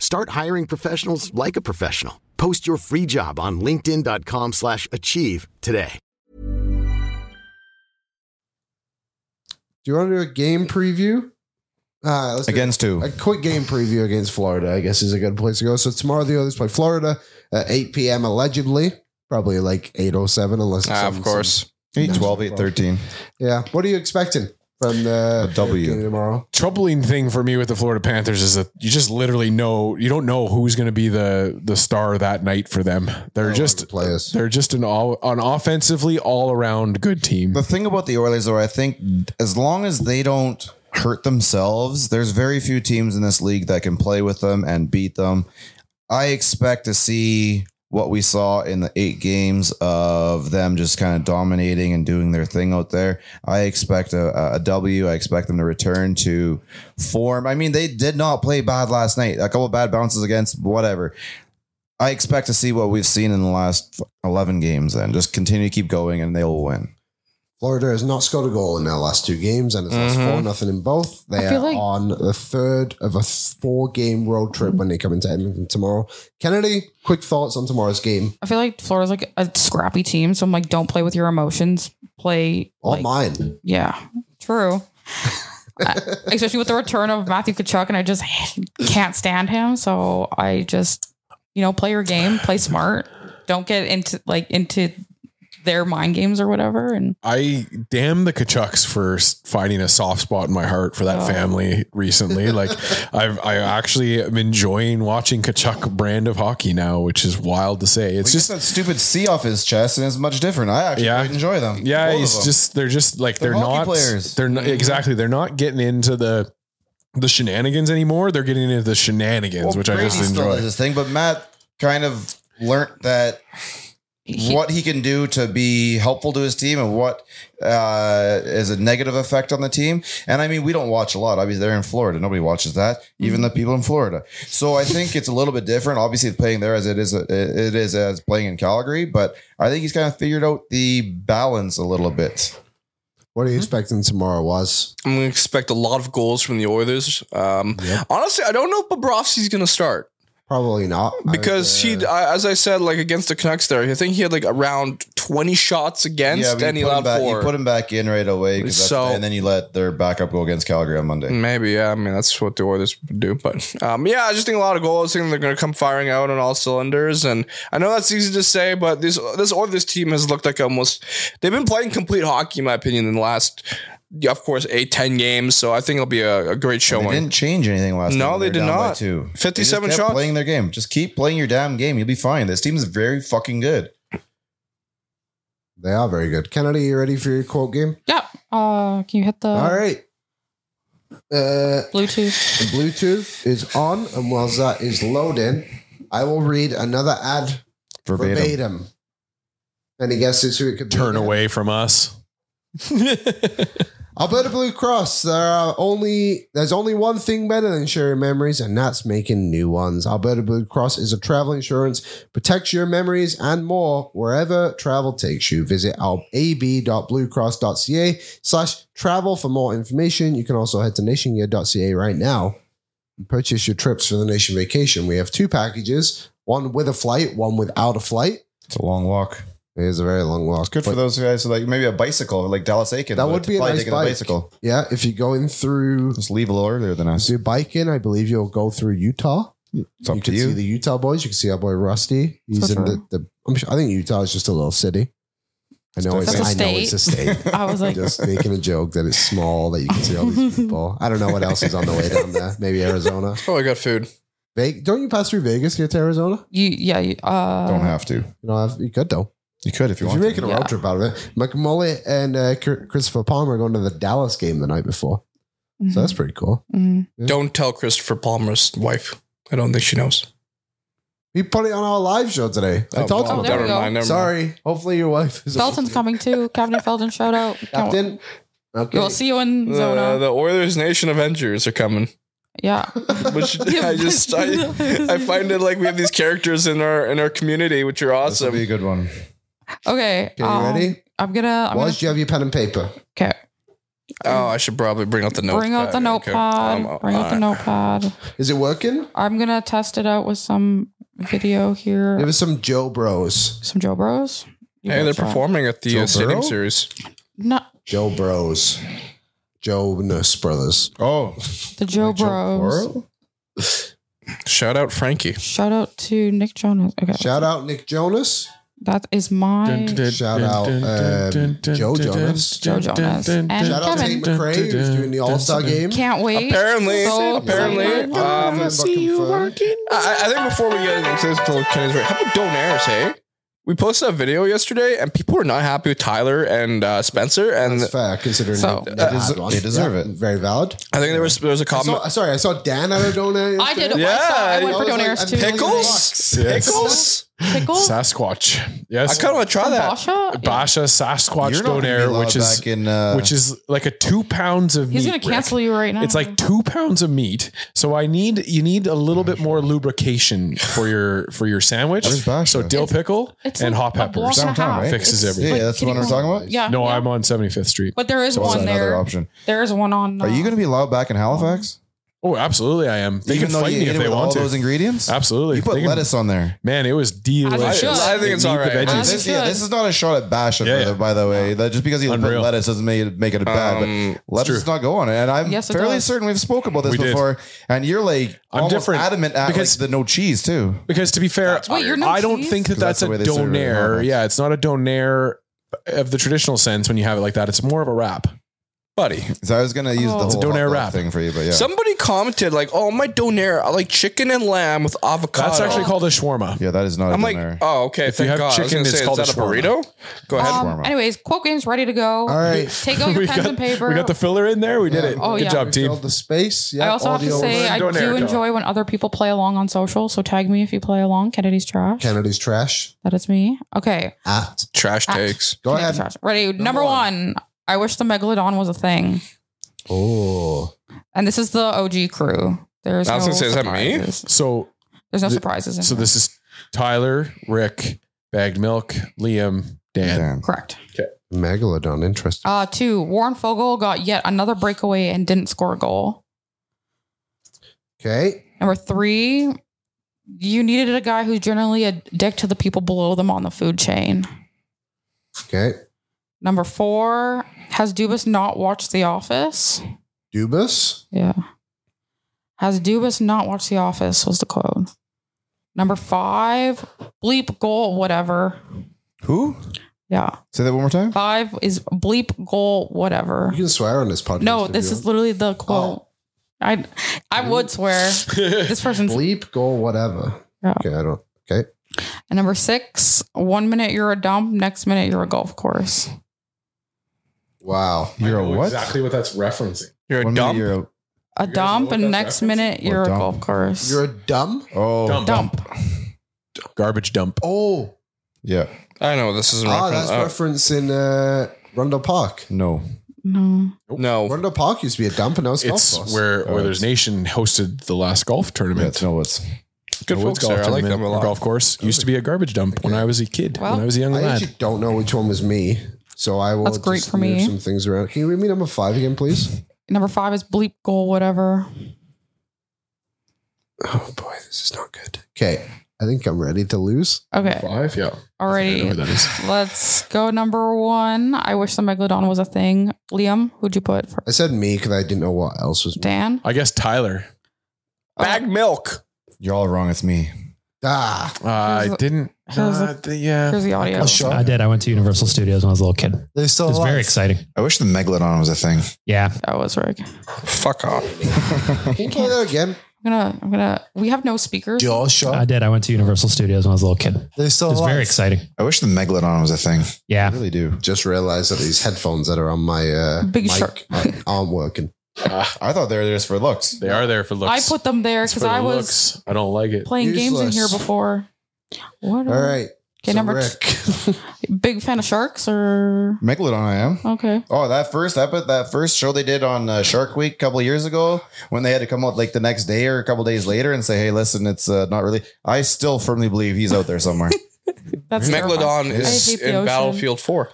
[SPEAKER 8] Start hiring professionals like a professional. Post your free job on linkedin.com/achieve slash achieve today.
[SPEAKER 2] do you want to do a game preview? Uh, let's do
[SPEAKER 6] Against two.
[SPEAKER 2] A quick game preview against Florida, I guess, is a good place to go. So tomorrow the others play Florida at 8 p.m. allegedly. Probably like 8.07 unless it's
[SPEAKER 5] Ah, of
[SPEAKER 2] some-
[SPEAKER 5] course.
[SPEAKER 6] Eight, 12, eight, 13.
[SPEAKER 2] some- yeah. What are you expecting from the
[SPEAKER 6] A W.
[SPEAKER 2] game tomorrow?
[SPEAKER 3] Troubling thing for me with the Florida Panthers is that you just literally know you don't know who's going to be the the star that night for them. They're just
[SPEAKER 2] players.
[SPEAKER 3] they're just an all an offensively all around good team.
[SPEAKER 6] The thing about the Oilers, though, I think as long as they don't hurt themselves, there's very few teams in this league that can play with them and beat them. I expect to see what we saw in the eight games of them just kind of dominating and doing their thing out there. I expect a, a W. I expect them to return to form. I mean, they did not play bad last night. A couple of bad bounces against whatever. I expect to see what we've seen in the last 11 games then. Just continue to keep going and they'll win.
[SPEAKER 2] Florida has not scored a goal in their last two games and it's lost 4 nothing in both. They
[SPEAKER 4] I feel
[SPEAKER 2] are
[SPEAKER 4] like-
[SPEAKER 2] on the third of a four game road trip when they come into Edmonton tomorrow. Kennedy, quick thoughts on tomorrow's game.
[SPEAKER 4] I feel like Florida's like a scrappy team, so I'm like, don't play with your emotions. Play
[SPEAKER 2] All
[SPEAKER 4] like,
[SPEAKER 2] mine.
[SPEAKER 4] yeah, true. I- especially with the return of Matthew Kachuk, and I just can't stand him. So I just, you know, play your game, play smart. Don't get into like into their mind games or whatever. And
[SPEAKER 3] I damn the Kachucks for s- finding a soft spot in my heart for
[SPEAKER 4] uh,
[SPEAKER 3] that family recently. Like I've I actually am enjoying watching Kachuk brand of hockey now, which is wild to say. It's
[SPEAKER 6] It's just
[SPEAKER 3] just
[SPEAKER 6] that stupid C off his chest, and it's much different. I actually
[SPEAKER 3] Yeah.
[SPEAKER 6] quite enjoy them.
[SPEAKER 3] Yeah,
[SPEAKER 6] Both of
[SPEAKER 3] he's
[SPEAKER 6] them.
[SPEAKER 3] just they're just like
[SPEAKER 6] They're Mm-hmm.
[SPEAKER 3] they're,
[SPEAKER 6] hockey
[SPEAKER 3] not
[SPEAKER 6] players.
[SPEAKER 3] They're not exactly they're not getting into the the shenanigans anymore. They're getting into the shenanigans,
[SPEAKER 6] Well,
[SPEAKER 3] which I
[SPEAKER 6] Brady
[SPEAKER 3] just
[SPEAKER 6] still
[SPEAKER 3] enjoy.
[SPEAKER 6] does his thing, but Matt kind of learnt that
[SPEAKER 4] he-
[SPEAKER 6] what he can do to be helpful to his team and what uh, is a negative effect on the team. And I mean, we don't watch a lot. Obviously, they're in Florida. Nobody watches that, even the people in Florida. So I think it's a little bit different. Obviously, playing there as it is, it is as playing in Calgary. But I think he's kind of figured out the balance a little bit.
[SPEAKER 2] What are you expecting tomorrow was?
[SPEAKER 5] I'm going to expect a lot of goals from the Oilers. Um, Honestly, I don't know if Bobrovsky's going to start
[SPEAKER 2] Probably not. I
[SPEAKER 5] because
[SPEAKER 2] think, uh,
[SPEAKER 5] he, I, as I said, like against the Canucks, there, I think he had like around 20 shots
[SPEAKER 6] Yeah,
[SPEAKER 5] against,
[SPEAKER 6] but
[SPEAKER 5] and he
[SPEAKER 6] you, put him
[SPEAKER 5] allowed
[SPEAKER 6] back,
[SPEAKER 5] four.
[SPEAKER 6] you put him back in right away, 'cause that's-
[SPEAKER 5] So- Mm,
[SPEAKER 6] and then you let their backup go against Calgary on Monday.
[SPEAKER 5] Maybe, yeah. I mean, that's what the Oilers would do. But um, yeah, I just think a lot of goals. I think they're going to come firing out on all cylinders. And I know that's easy to say, but this this Oilers team has looked like almost they've been playing complete hockey, in my opinion, in the last, yeah, of course, eight ten games. So I think it'll be a, a great
[SPEAKER 6] They
[SPEAKER 5] showing.
[SPEAKER 6] didn't change anything last. night
[SPEAKER 5] No,
[SPEAKER 6] when
[SPEAKER 5] they
[SPEAKER 6] were
[SPEAKER 5] did
[SPEAKER 6] down by
[SPEAKER 5] not.
[SPEAKER 6] Two. They just
[SPEAKER 5] 57
[SPEAKER 6] kept
[SPEAKER 5] shots.
[SPEAKER 6] Playing their game. Just keep playing your damn game. You'll be fine. This team is very fucking good.
[SPEAKER 2] uh, They are very good. Kennedy, you ready for your quote game?
[SPEAKER 4] Yeah. Uh, can you hit the
[SPEAKER 2] All right. Uh,
[SPEAKER 4] Bluetooth?
[SPEAKER 2] The Bluetooth is on, and while that is loading, I will read another ad verbatim.
[SPEAKER 6] Verbatim.
[SPEAKER 2] Any guesses who it could be?
[SPEAKER 3] Turn away from us.
[SPEAKER 2] Alberta Blue Cross. There are only there's only one thing better than sharing memories, and that's making new ones. Alberta Blue Cross is a travel insurance, protects your memories and more wherever travel takes you. Visit al- ab.bluecross.ca slash travel for more information. You can also head to nationgear.ca right now and purchase your trips for the nation vacation. We have two packages, one with a flight, one without a flight.
[SPEAKER 6] It's a long walk.
[SPEAKER 2] It is a very long walk.
[SPEAKER 6] Good for those guys who like maybe a bicycle, like Dallas Aiken.
[SPEAKER 2] That
[SPEAKER 6] but
[SPEAKER 2] would
[SPEAKER 6] it's
[SPEAKER 2] be a
[SPEAKER 6] probably
[SPEAKER 2] nice
[SPEAKER 6] taking
[SPEAKER 2] bike.
[SPEAKER 6] bicycle.
[SPEAKER 2] Yeah, if you're going through
[SPEAKER 6] Just leave a little earlier than us.
[SPEAKER 2] So you're biking, I believe you'll go through Utah.
[SPEAKER 6] It's up
[SPEAKER 2] you
[SPEAKER 6] to
[SPEAKER 2] can see
[SPEAKER 6] you.
[SPEAKER 2] the Utah boys. You can see our boy Rusty. He's
[SPEAKER 4] So
[SPEAKER 2] in the,
[SPEAKER 4] true.
[SPEAKER 2] the I'm sure, I think Utah is just a little city. I know it's, I
[SPEAKER 4] That's a
[SPEAKER 2] know it's a state.
[SPEAKER 4] I was like,
[SPEAKER 2] just making a joke that it's small that you can see all these people. I don't know what else is on the way down there. Maybe Arizona.
[SPEAKER 5] Oh, I got food.
[SPEAKER 2] Vegas, don't you pass through Vegas to get to Arizona?
[SPEAKER 4] you yeah. You, uh,
[SPEAKER 6] Don't have to.
[SPEAKER 2] You know, you could though.
[SPEAKER 6] You could if you
[SPEAKER 2] If
[SPEAKER 6] want.
[SPEAKER 2] you're making a
[SPEAKER 6] to.
[SPEAKER 2] road
[SPEAKER 4] Yeah.
[SPEAKER 2] trip out of it, Mike Mully and uh, Chr- Christopher Palmer are going to the Dallas game the night before,
[SPEAKER 4] mm-hmm.
[SPEAKER 2] so that's pretty cool.
[SPEAKER 4] Mm.
[SPEAKER 5] Don't tell Christopher Palmer's wife. I don't think she knows.
[SPEAKER 2] We put it on our live show today. I told
[SPEAKER 4] well,
[SPEAKER 2] you.
[SPEAKER 5] oh,
[SPEAKER 2] about
[SPEAKER 4] there
[SPEAKER 5] never
[SPEAKER 4] we go.
[SPEAKER 5] mind. Never mind.
[SPEAKER 2] Sorry. Hopefully your wife is
[SPEAKER 4] Felton's coming too. Captain Felton, shout out.
[SPEAKER 2] Captain. Okay. Uh,
[SPEAKER 4] We'll see you in
[SPEAKER 5] The,
[SPEAKER 4] Zona.
[SPEAKER 5] the Oilers Nation Avengers are coming.
[SPEAKER 4] yeah.
[SPEAKER 5] which I just I, I find it like we have these characters in our in our community, which are
[SPEAKER 6] This will
[SPEAKER 5] awesome.
[SPEAKER 6] be a good one.
[SPEAKER 4] Okay.
[SPEAKER 2] you ready?
[SPEAKER 4] Um, I'm gonna. I'm
[SPEAKER 2] Waz, do you have your pen and paper?
[SPEAKER 4] gonna okay.
[SPEAKER 5] Oh, I should probably bring out the notepad.
[SPEAKER 4] Bring out the
[SPEAKER 5] Okay.
[SPEAKER 4] notepad.
[SPEAKER 5] Um, uh,
[SPEAKER 4] Bring out the
[SPEAKER 5] alright.
[SPEAKER 4] notepad.
[SPEAKER 2] Is it working?
[SPEAKER 4] I'm gonna test it out with some video here.
[SPEAKER 2] There was some Joe Bros.
[SPEAKER 4] some Joe Bros. You
[SPEAKER 5] Hey, they're
[SPEAKER 4] watch that.
[SPEAKER 5] performing at the
[SPEAKER 2] Joe
[SPEAKER 5] uh, Stadium
[SPEAKER 2] Burrow?
[SPEAKER 5] Series.
[SPEAKER 4] No,
[SPEAKER 2] Joe Bros. Joe Nuss Brothers.
[SPEAKER 6] Oh,
[SPEAKER 4] the Joe Bros.
[SPEAKER 5] Shout out Frankie.
[SPEAKER 4] Shout out to Nick Jonas. Okay,
[SPEAKER 2] Shout out Nick Jonas.
[SPEAKER 4] that is my.
[SPEAKER 2] Shout out, um, Joe Jonas.
[SPEAKER 4] Joe Jonas. And
[SPEAKER 2] Shout out Tate
[SPEAKER 4] Kevin.
[SPEAKER 2] McRae, who's doing the All Star game.
[SPEAKER 4] Can't wait.
[SPEAKER 5] Apparently,
[SPEAKER 4] So
[SPEAKER 5] apparently,
[SPEAKER 4] excited.
[SPEAKER 5] um, I,
[SPEAKER 2] see you working.
[SPEAKER 5] I think before we get into this little Kenny's right, how about Donairs? Hey, we posted a video yesterday, and people were not happy with Tyler and uh, Spencer. And
[SPEAKER 2] That's fair, considering
[SPEAKER 4] So-
[SPEAKER 2] they,
[SPEAKER 6] They deserve- they
[SPEAKER 5] uh,
[SPEAKER 6] deserve it.
[SPEAKER 2] Very valid.
[SPEAKER 5] I think there was there was a
[SPEAKER 2] I
[SPEAKER 5] comment.
[SPEAKER 2] saw, sorry, I saw Dan out of Dona.
[SPEAKER 4] I did.
[SPEAKER 5] Yeah,
[SPEAKER 4] I, saw, I went
[SPEAKER 5] I
[SPEAKER 4] for
[SPEAKER 2] was like,
[SPEAKER 4] Donairs
[SPEAKER 2] I'm
[SPEAKER 4] too.
[SPEAKER 5] Pickles,
[SPEAKER 3] Yes.
[SPEAKER 5] pickles.
[SPEAKER 4] Pickles.
[SPEAKER 3] Sasquatch.
[SPEAKER 5] I
[SPEAKER 3] Yes.
[SPEAKER 5] kind of want to try that.
[SPEAKER 4] Basha. Yeah.
[SPEAKER 3] Basha Sasquatch
[SPEAKER 6] You're not gonna be
[SPEAKER 3] Donair,
[SPEAKER 6] allowed
[SPEAKER 3] which is
[SPEAKER 6] back in, uh,
[SPEAKER 3] which is like a two pounds of
[SPEAKER 4] He's
[SPEAKER 3] meat.
[SPEAKER 4] gonna cancel
[SPEAKER 3] Rick.
[SPEAKER 4] you right now.
[SPEAKER 3] It's like two pounds of meat, so I need you need a little bit more lubrication for your for your sandwich.
[SPEAKER 6] Where's Basha?
[SPEAKER 3] So dill pickle
[SPEAKER 4] It's
[SPEAKER 3] and hot
[SPEAKER 4] like a block
[SPEAKER 3] peppers.
[SPEAKER 4] and a
[SPEAKER 6] Downtown,
[SPEAKER 4] half.
[SPEAKER 6] right?
[SPEAKER 3] Fixes
[SPEAKER 4] It's-
[SPEAKER 3] everything.
[SPEAKER 6] Yeah, that's the one we're talking about.
[SPEAKER 4] Yeah.
[SPEAKER 3] No,
[SPEAKER 4] yeah.
[SPEAKER 3] I'm on 75th Street.
[SPEAKER 4] But there is
[SPEAKER 6] So it's
[SPEAKER 4] one
[SPEAKER 6] another
[SPEAKER 4] there. Uh,
[SPEAKER 6] option.
[SPEAKER 4] There is one on.
[SPEAKER 6] Are you going to be allowed back in Halifax?
[SPEAKER 3] Oh, absolutely, I am. They can fight
[SPEAKER 6] you
[SPEAKER 3] me
[SPEAKER 6] ate
[SPEAKER 3] if
[SPEAKER 6] it
[SPEAKER 3] they
[SPEAKER 6] with
[SPEAKER 3] want
[SPEAKER 6] all
[SPEAKER 3] to.
[SPEAKER 6] those ingredients.
[SPEAKER 3] Absolutely,
[SPEAKER 6] You put
[SPEAKER 3] They can-
[SPEAKER 6] lettuce on there.
[SPEAKER 3] Man, it was delicious.
[SPEAKER 4] should. I
[SPEAKER 5] think it's
[SPEAKER 3] They
[SPEAKER 5] all
[SPEAKER 3] need the
[SPEAKER 5] right.
[SPEAKER 3] veggies.
[SPEAKER 4] As
[SPEAKER 6] This,
[SPEAKER 4] you
[SPEAKER 6] yeah,
[SPEAKER 4] should.
[SPEAKER 6] this is not a shot at Basha,
[SPEAKER 3] Yeah, yeah.
[SPEAKER 6] by the way. That just because you put
[SPEAKER 3] Unreal.
[SPEAKER 6] lettuce doesn't make it make it bad.
[SPEAKER 5] Um,
[SPEAKER 6] but lettuce
[SPEAKER 3] true.
[SPEAKER 6] does not go on it, and I'm
[SPEAKER 4] Yes, it
[SPEAKER 6] fairly
[SPEAKER 4] does.
[SPEAKER 6] certain we've spoken about this
[SPEAKER 3] We did.
[SPEAKER 6] before. And you're like
[SPEAKER 3] I'm
[SPEAKER 6] almost
[SPEAKER 3] different
[SPEAKER 6] adamant at
[SPEAKER 3] because-
[SPEAKER 6] like the no cheese too.
[SPEAKER 3] Because to be fair,
[SPEAKER 4] Wait, you're no
[SPEAKER 3] I don't
[SPEAKER 4] cheese?
[SPEAKER 3] think that
[SPEAKER 6] 'Cause
[SPEAKER 3] that's,
[SPEAKER 6] that's
[SPEAKER 3] a
[SPEAKER 6] the way they serve it in
[SPEAKER 3] donair.
[SPEAKER 6] Halifax.
[SPEAKER 3] Yeah, it's not a donair of the traditional sense when you have it like that. It's more of a wrap, buddy.
[SPEAKER 6] So I was gonna use the
[SPEAKER 3] It's a
[SPEAKER 6] whole hot
[SPEAKER 3] donair
[SPEAKER 6] dog
[SPEAKER 3] wrap.
[SPEAKER 6] thing for you, but yeah,
[SPEAKER 5] Somebody commented like, "Oh, my donair, I like chicken and lamb with avocado."
[SPEAKER 3] That's actually called a shawarma.
[SPEAKER 6] yeah, that is not.
[SPEAKER 5] I'm
[SPEAKER 6] a
[SPEAKER 5] like,
[SPEAKER 3] uh,
[SPEAKER 6] donair.
[SPEAKER 5] oh, okay.
[SPEAKER 3] If you
[SPEAKER 5] thank
[SPEAKER 3] have
[SPEAKER 5] God. I was
[SPEAKER 3] chicken,
[SPEAKER 5] gonna
[SPEAKER 3] it's
[SPEAKER 5] say,
[SPEAKER 3] called a
[SPEAKER 5] is that a
[SPEAKER 3] shawarma.
[SPEAKER 5] burrito? Go ahead.
[SPEAKER 4] Um,
[SPEAKER 6] Shawarma.
[SPEAKER 4] anyways, quote game's ready to go.
[SPEAKER 2] All right.
[SPEAKER 4] Take out your
[SPEAKER 3] we
[SPEAKER 4] pens
[SPEAKER 3] got,
[SPEAKER 4] and paper.
[SPEAKER 3] we got the filler in there. We did
[SPEAKER 2] Yeah.
[SPEAKER 3] it.
[SPEAKER 4] Oh,
[SPEAKER 3] Good
[SPEAKER 4] yeah.
[SPEAKER 3] job, team.
[SPEAKER 2] Filled the space. Yeah,
[SPEAKER 4] I also have to
[SPEAKER 2] audio
[SPEAKER 4] say
[SPEAKER 2] over.
[SPEAKER 4] I
[SPEAKER 3] Don't air
[SPEAKER 4] do
[SPEAKER 3] it out.
[SPEAKER 4] enjoy when other people play along on social. So tag me if you play along. Kennedy's trash.
[SPEAKER 2] Kennedy's trash.
[SPEAKER 4] That is me. Okay.
[SPEAKER 2] At.
[SPEAKER 5] Trash takes.
[SPEAKER 2] Go
[SPEAKER 4] Kennedy's
[SPEAKER 2] ahead.
[SPEAKER 4] trash. Ready. Number, one. I wish the megalodon was a thing.
[SPEAKER 2] Oh.
[SPEAKER 4] And this is the OG crew. There's
[SPEAKER 5] I was
[SPEAKER 4] no
[SPEAKER 5] gonna say, is that me?
[SPEAKER 4] surprises.
[SPEAKER 3] So,
[SPEAKER 4] There's no
[SPEAKER 3] Th-
[SPEAKER 4] surprises. In
[SPEAKER 3] so
[SPEAKER 4] here.
[SPEAKER 3] this is Tyler, Rick, bagged milk, Liam, Dan.
[SPEAKER 6] Dan.
[SPEAKER 4] correct.
[SPEAKER 2] Megalodon, interesting.
[SPEAKER 4] Uh, two, Warren Fogle got yet another breakaway and didn't score a goal.
[SPEAKER 2] Okay.
[SPEAKER 4] Number three, you needed a guy who's generally a dick to the people below them on the food chain.
[SPEAKER 2] Okay.
[SPEAKER 4] Number four, has Dubas not watched The Office?
[SPEAKER 2] Dubas.
[SPEAKER 4] Yeah. Has Dubas not watched The Office? Was the quote. Number five, bleep goal, whatever.
[SPEAKER 6] Who?
[SPEAKER 4] Yeah.
[SPEAKER 6] Say that one more time.
[SPEAKER 4] Five is bleep goal, whatever.
[SPEAKER 2] You can swear on this podcast.
[SPEAKER 4] No,
[SPEAKER 2] if
[SPEAKER 4] this
[SPEAKER 2] you
[SPEAKER 4] is literally
[SPEAKER 3] Oh.
[SPEAKER 4] the quote. I I would swear this person's.
[SPEAKER 2] want. bleep, goal, whatever.
[SPEAKER 4] Yeah.
[SPEAKER 2] Okay, I don't. Okay.
[SPEAKER 4] And number six, one minute you're a dump, next minute you're a golf course.
[SPEAKER 2] Wow.
[SPEAKER 6] You're a what?
[SPEAKER 3] Exactly what that's referencing.
[SPEAKER 5] You're a
[SPEAKER 6] One minute
[SPEAKER 5] dump.
[SPEAKER 6] you're a-
[SPEAKER 4] A
[SPEAKER 3] guys know
[SPEAKER 4] dump,
[SPEAKER 3] what
[SPEAKER 4] and
[SPEAKER 3] that's
[SPEAKER 4] next
[SPEAKER 3] referencing?
[SPEAKER 4] minute you're a
[SPEAKER 6] dump.
[SPEAKER 4] golf course.
[SPEAKER 2] You're a dumb.
[SPEAKER 6] oh,
[SPEAKER 3] Dump.
[SPEAKER 4] dump.
[SPEAKER 3] Garbage dump.
[SPEAKER 2] Oh,
[SPEAKER 6] yeah.
[SPEAKER 5] I know this is a
[SPEAKER 2] ah,
[SPEAKER 5] reference.
[SPEAKER 2] that's
[SPEAKER 5] Oh,
[SPEAKER 2] reference in uh, Rundle Park.
[SPEAKER 6] No.
[SPEAKER 4] No.
[SPEAKER 5] no,
[SPEAKER 2] Rundle Park used to be a dump, and now it's, golf
[SPEAKER 3] Oh. It's
[SPEAKER 2] course.
[SPEAKER 3] where
[SPEAKER 6] Oh,
[SPEAKER 3] Oilers
[SPEAKER 6] it's-
[SPEAKER 3] Nation hosted the last golf tournament.
[SPEAKER 6] That's no what's.
[SPEAKER 5] good
[SPEAKER 3] Woods
[SPEAKER 5] folks there. I like
[SPEAKER 3] tournament
[SPEAKER 5] them a
[SPEAKER 3] or
[SPEAKER 5] lot.
[SPEAKER 3] Golf course used to be a garbage dump when I was a kid,
[SPEAKER 4] Well,
[SPEAKER 3] when I was a young
[SPEAKER 2] I
[SPEAKER 3] lad.
[SPEAKER 2] actually don't know which one was me, so I will.
[SPEAKER 4] That's great
[SPEAKER 2] just
[SPEAKER 4] for me.
[SPEAKER 2] move Some things around. Can you read me number five again, please?
[SPEAKER 4] Number five is bleep goal, whatever.
[SPEAKER 2] Oh boy, this is not good. Okay, I think I'm ready to lose.
[SPEAKER 4] Okay.
[SPEAKER 3] Five,
[SPEAKER 6] Uh,
[SPEAKER 3] yeah. I know
[SPEAKER 4] Alrighty.
[SPEAKER 3] who that is.
[SPEAKER 4] Let's go number one. I wish the Megalodon was a thing. Liam, who'd you put for
[SPEAKER 2] I said me because I didn't know what else was.
[SPEAKER 4] Dan?
[SPEAKER 3] I guess Tyler.
[SPEAKER 5] Bag milk.
[SPEAKER 6] You're all wrong. It's me.
[SPEAKER 2] Ah,
[SPEAKER 3] Uh, I
[SPEAKER 4] Here's a-
[SPEAKER 3] didn't.
[SPEAKER 4] here's a-
[SPEAKER 3] uh, the- yeah.
[SPEAKER 4] Here's the audio.
[SPEAKER 2] I'll show
[SPEAKER 9] Oh, I did. I went to Universal Studios when I was a little kid.
[SPEAKER 2] They're still
[SPEAKER 9] It was very exciting.
[SPEAKER 6] I wish the megalodon was a thing.
[SPEAKER 9] Yeah.
[SPEAKER 4] That was Rick.
[SPEAKER 5] Fuck off.
[SPEAKER 2] Can you play that again?
[SPEAKER 4] I'm gonna I'm gonna we have no speakers.
[SPEAKER 9] I did. I went to Universal Studios when I was a little kid. It
[SPEAKER 2] They're still
[SPEAKER 9] was very exciting.
[SPEAKER 6] I wish the megalodon was a thing. I
[SPEAKER 9] Yeah.
[SPEAKER 6] really do.
[SPEAKER 2] Just realized that these headphones that are on my uh,
[SPEAKER 4] Big
[SPEAKER 2] mic
[SPEAKER 4] shark.
[SPEAKER 2] aren't working.
[SPEAKER 6] I thought they were just for looks.
[SPEAKER 3] They are there for
[SPEAKER 4] I
[SPEAKER 3] looks.
[SPEAKER 4] put them there
[SPEAKER 3] It's
[SPEAKER 4] because
[SPEAKER 3] for
[SPEAKER 4] I
[SPEAKER 3] the
[SPEAKER 4] was
[SPEAKER 3] looks. I don't like it.
[SPEAKER 4] playing games in here
[SPEAKER 2] Useless.
[SPEAKER 4] before. What
[SPEAKER 2] All right.
[SPEAKER 4] Okay, number two.
[SPEAKER 2] Rick.
[SPEAKER 4] Big fan of sharks or
[SPEAKER 6] Megalodon, I am.
[SPEAKER 4] okay.
[SPEAKER 6] Oh, that first epi- that first show they did on uh, Shark Week a couple of years ago, when they had to come out like the next day or a couple of days later and say, "Hey, listen, it's uh, not really." I still firmly believe he's out there somewhere.
[SPEAKER 4] That's terrifying.
[SPEAKER 5] Megalodon
[SPEAKER 4] I
[SPEAKER 5] is
[SPEAKER 4] hate the
[SPEAKER 5] in
[SPEAKER 4] ocean.
[SPEAKER 5] Battlefield 4.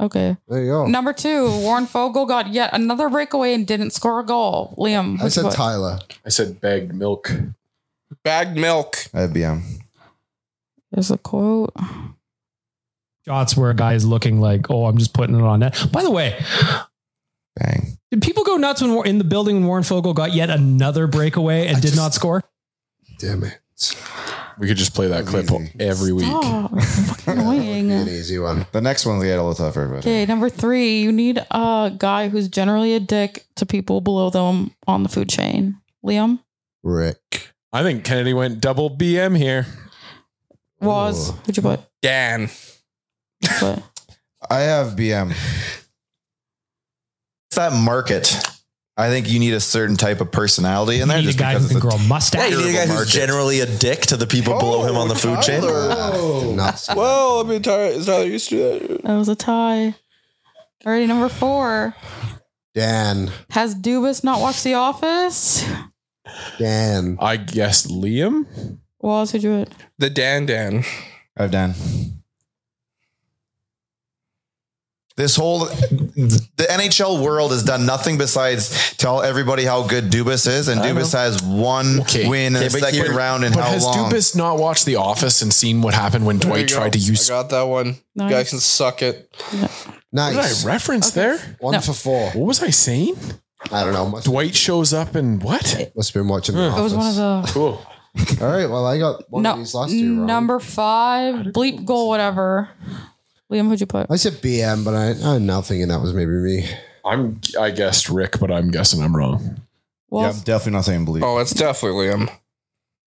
[SPEAKER 4] Okay.
[SPEAKER 2] There you go.
[SPEAKER 4] Number two, Warren Fogle got yet another breakaway and didn't score a goal. Liam,
[SPEAKER 2] I
[SPEAKER 4] who'd you
[SPEAKER 2] said
[SPEAKER 4] put?
[SPEAKER 2] Tyler.
[SPEAKER 3] I said bagged milk.
[SPEAKER 5] Bagged milk.
[SPEAKER 6] IBM.
[SPEAKER 4] There's a quote.
[SPEAKER 9] Shots where a guy is looking like, oh, I'm just putting it on net. By the way,
[SPEAKER 6] Bang.
[SPEAKER 9] did people go nuts when War- in the building when Warren Fogle got yet another breakaway and did not score?
[SPEAKER 2] Damn it.
[SPEAKER 3] We could just play that
[SPEAKER 6] That's
[SPEAKER 3] clip
[SPEAKER 6] easy.
[SPEAKER 3] every week.
[SPEAKER 4] Oh, fucking
[SPEAKER 2] An
[SPEAKER 4] annoying.
[SPEAKER 2] easy one.
[SPEAKER 6] The next one's gonna get a little tougher, but
[SPEAKER 4] Okay, number three, you need a guy who's generally a dick to people below them on the food chain. Liam
[SPEAKER 2] Rick.
[SPEAKER 3] I think Kennedy went double BM here.
[SPEAKER 4] was.
[SPEAKER 2] Ooh.
[SPEAKER 4] Who'd you put?
[SPEAKER 5] Dan.
[SPEAKER 4] But
[SPEAKER 6] I have BM. It's that market. I think you need a certain type of personality in
[SPEAKER 9] You
[SPEAKER 6] there.
[SPEAKER 9] need a
[SPEAKER 6] Just
[SPEAKER 9] guy
[SPEAKER 6] because
[SPEAKER 9] who can
[SPEAKER 6] it's a-
[SPEAKER 9] grow a mustache.
[SPEAKER 6] you need a guy who's Market.
[SPEAKER 10] generally a dick to the people
[SPEAKER 6] below him on the food chain.
[SPEAKER 2] Oh. Not see that.
[SPEAKER 5] Well, I mean, Tyler, is Tyler used to do that?
[SPEAKER 4] that was a tie. Alrighty, number four.
[SPEAKER 2] Dan.
[SPEAKER 4] Has Dubas not watched The Office?
[SPEAKER 2] Dan.
[SPEAKER 3] I guess Liam.
[SPEAKER 4] Was who'd you put?
[SPEAKER 5] The Dan Dan.
[SPEAKER 6] I've done. This whole the NHL world has done nothing besides tell everybody how good Dubas is, and Dubas has one win in the uh, second round and
[SPEAKER 3] but
[SPEAKER 6] how
[SPEAKER 3] has
[SPEAKER 6] long?
[SPEAKER 3] Dubas not watched The Office and seen what happened when
[SPEAKER 5] There you
[SPEAKER 3] Dwight
[SPEAKER 5] go.
[SPEAKER 3] tried to use?
[SPEAKER 5] I got that one. You guys
[SPEAKER 4] Nice.
[SPEAKER 5] can suck it.
[SPEAKER 3] What did
[SPEAKER 2] Nice.
[SPEAKER 3] I reference there?
[SPEAKER 2] One
[SPEAKER 4] No.
[SPEAKER 2] for four.
[SPEAKER 3] What was I saying?
[SPEAKER 2] I don't know. Must,
[SPEAKER 3] Dwight shows up and what?
[SPEAKER 2] must have been watching. The
[SPEAKER 3] It
[SPEAKER 4] It was one of the
[SPEAKER 3] Cool.
[SPEAKER 2] Office. All right. Well, I got one of
[SPEAKER 4] no,
[SPEAKER 2] these last two wrong.
[SPEAKER 4] number five, bleep goal, whatever. Liam, who'd you put?
[SPEAKER 2] I said BM, but I, I had nothing, and that was maybe me.
[SPEAKER 3] I'm. I guessed Rick, but I'm guessing I'm wrong.
[SPEAKER 6] yeah,
[SPEAKER 4] Was
[SPEAKER 6] I'm definitely not saying Liam.
[SPEAKER 5] Oh, it's definitely Liam.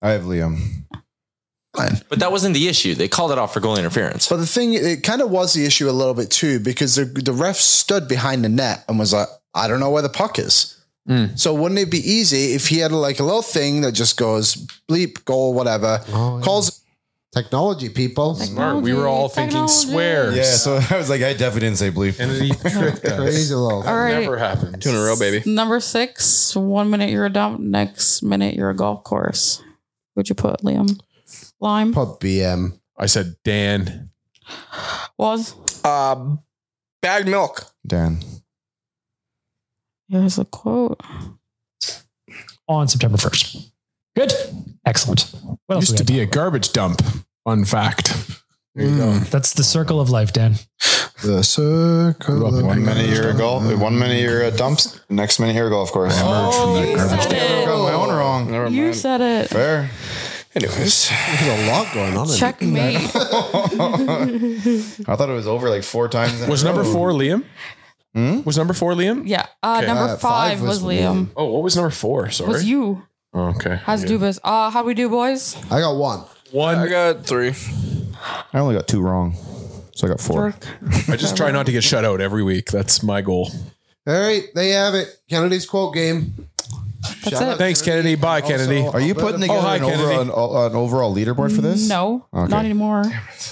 [SPEAKER 6] I have Liam.
[SPEAKER 10] But that wasn't the issue. They called it off for goal interference.
[SPEAKER 11] But the thing, it kind of was the issue a little bit too, because the, the ref stood behind the net and was like, I don't know where the puck is.
[SPEAKER 3] Hmm.
[SPEAKER 11] So wouldn't it be easy if he had like a little thing that just goes bleep, goal, whatever,
[SPEAKER 2] Oh, yeah.
[SPEAKER 11] calls
[SPEAKER 2] Technology, people.
[SPEAKER 3] Smart. We were all thinking
[SPEAKER 4] Technology.
[SPEAKER 3] swears.
[SPEAKER 6] Yeah, so I was like, I definitely didn't say bleep.
[SPEAKER 3] Kennedy tricked us.
[SPEAKER 2] Crazy little.
[SPEAKER 4] All right.
[SPEAKER 3] Never happened.
[SPEAKER 5] Two in a row, baby.
[SPEAKER 4] number six, one minute you're a dump, next minute you're a golf course. Who'd you put, Liam? Lime
[SPEAKER 2] Put BM.
[SPEAKER 3] I said Dan.
[SPEAKER 4] was
[SPEAKER 11] Um,
[SPEAKER 5] Uh, Bagged milk.
[SPEAKER 6] Dan.
[SPEAKER 4] Here's a quote.
[SPEAKER 9] on September 1st. Good. Excellent. What else
[SPEAKER 3] Used to be a garbage dump. Fun fact.
[SPEAKER 9] That's the circle of life, Dan.
[SPEAKER 2] The circle.
[SPEAKER 6] One minute you're a golf. One minute you're a dumps. Next minute you're a golf course. got my own wrong. Never
[SPEAKER 4] You said it.
[SPEAKER 6] Fair. Anyways,
[SPEAKER 2] there's a lot going on.
[SPEAKER 4] Checkmate.
[SPEAKER 6] I thought it was over like four times.
[SPEAKER 3] Was number four Liam?
[SPEAKER 11] Hmm?
[SPEAKER 3] Was number four Liam?
[SPEAKER 4] yeah. Uh,
[SPEAKER 3] Okay.
[SPEAKER 4] number five, was, Liam.
[SPEAKER 3] Oh, what was number four? Sorry.
[SPEAKER 4] Was you.
[SPEAKER 3] Oh, okay.
[SPEAKER 4] How's Dubas? Uh, how we do, boys?
[SPEAKER 2] I got one.
[SPEAKER 3] One.
[SPEAKER 5] I got three.
[SPEAKER 6] I only got two wrong, so I got four.
[SPEAKER 3] I just try not to get shut out every week. That's my goal.
[SPEAKER 2] All right, they have it. Kennedy's quote game. Shout out
[SPEAKER 3] Thanks, Kennedy. Bye, Kennedy.
[SPEAKER 6] Are you putting together
[SPEAKER 3] Oh, hi,
[SPEAKER 6] an, overall, an,
[SPEAKER 3] Kennedy.
[SPEAKER 6] an overall leaderboard for this?
[SPEAKER 4] No,
[SPEAKER 6] Okay.
[SPEAKER 4] not anymore.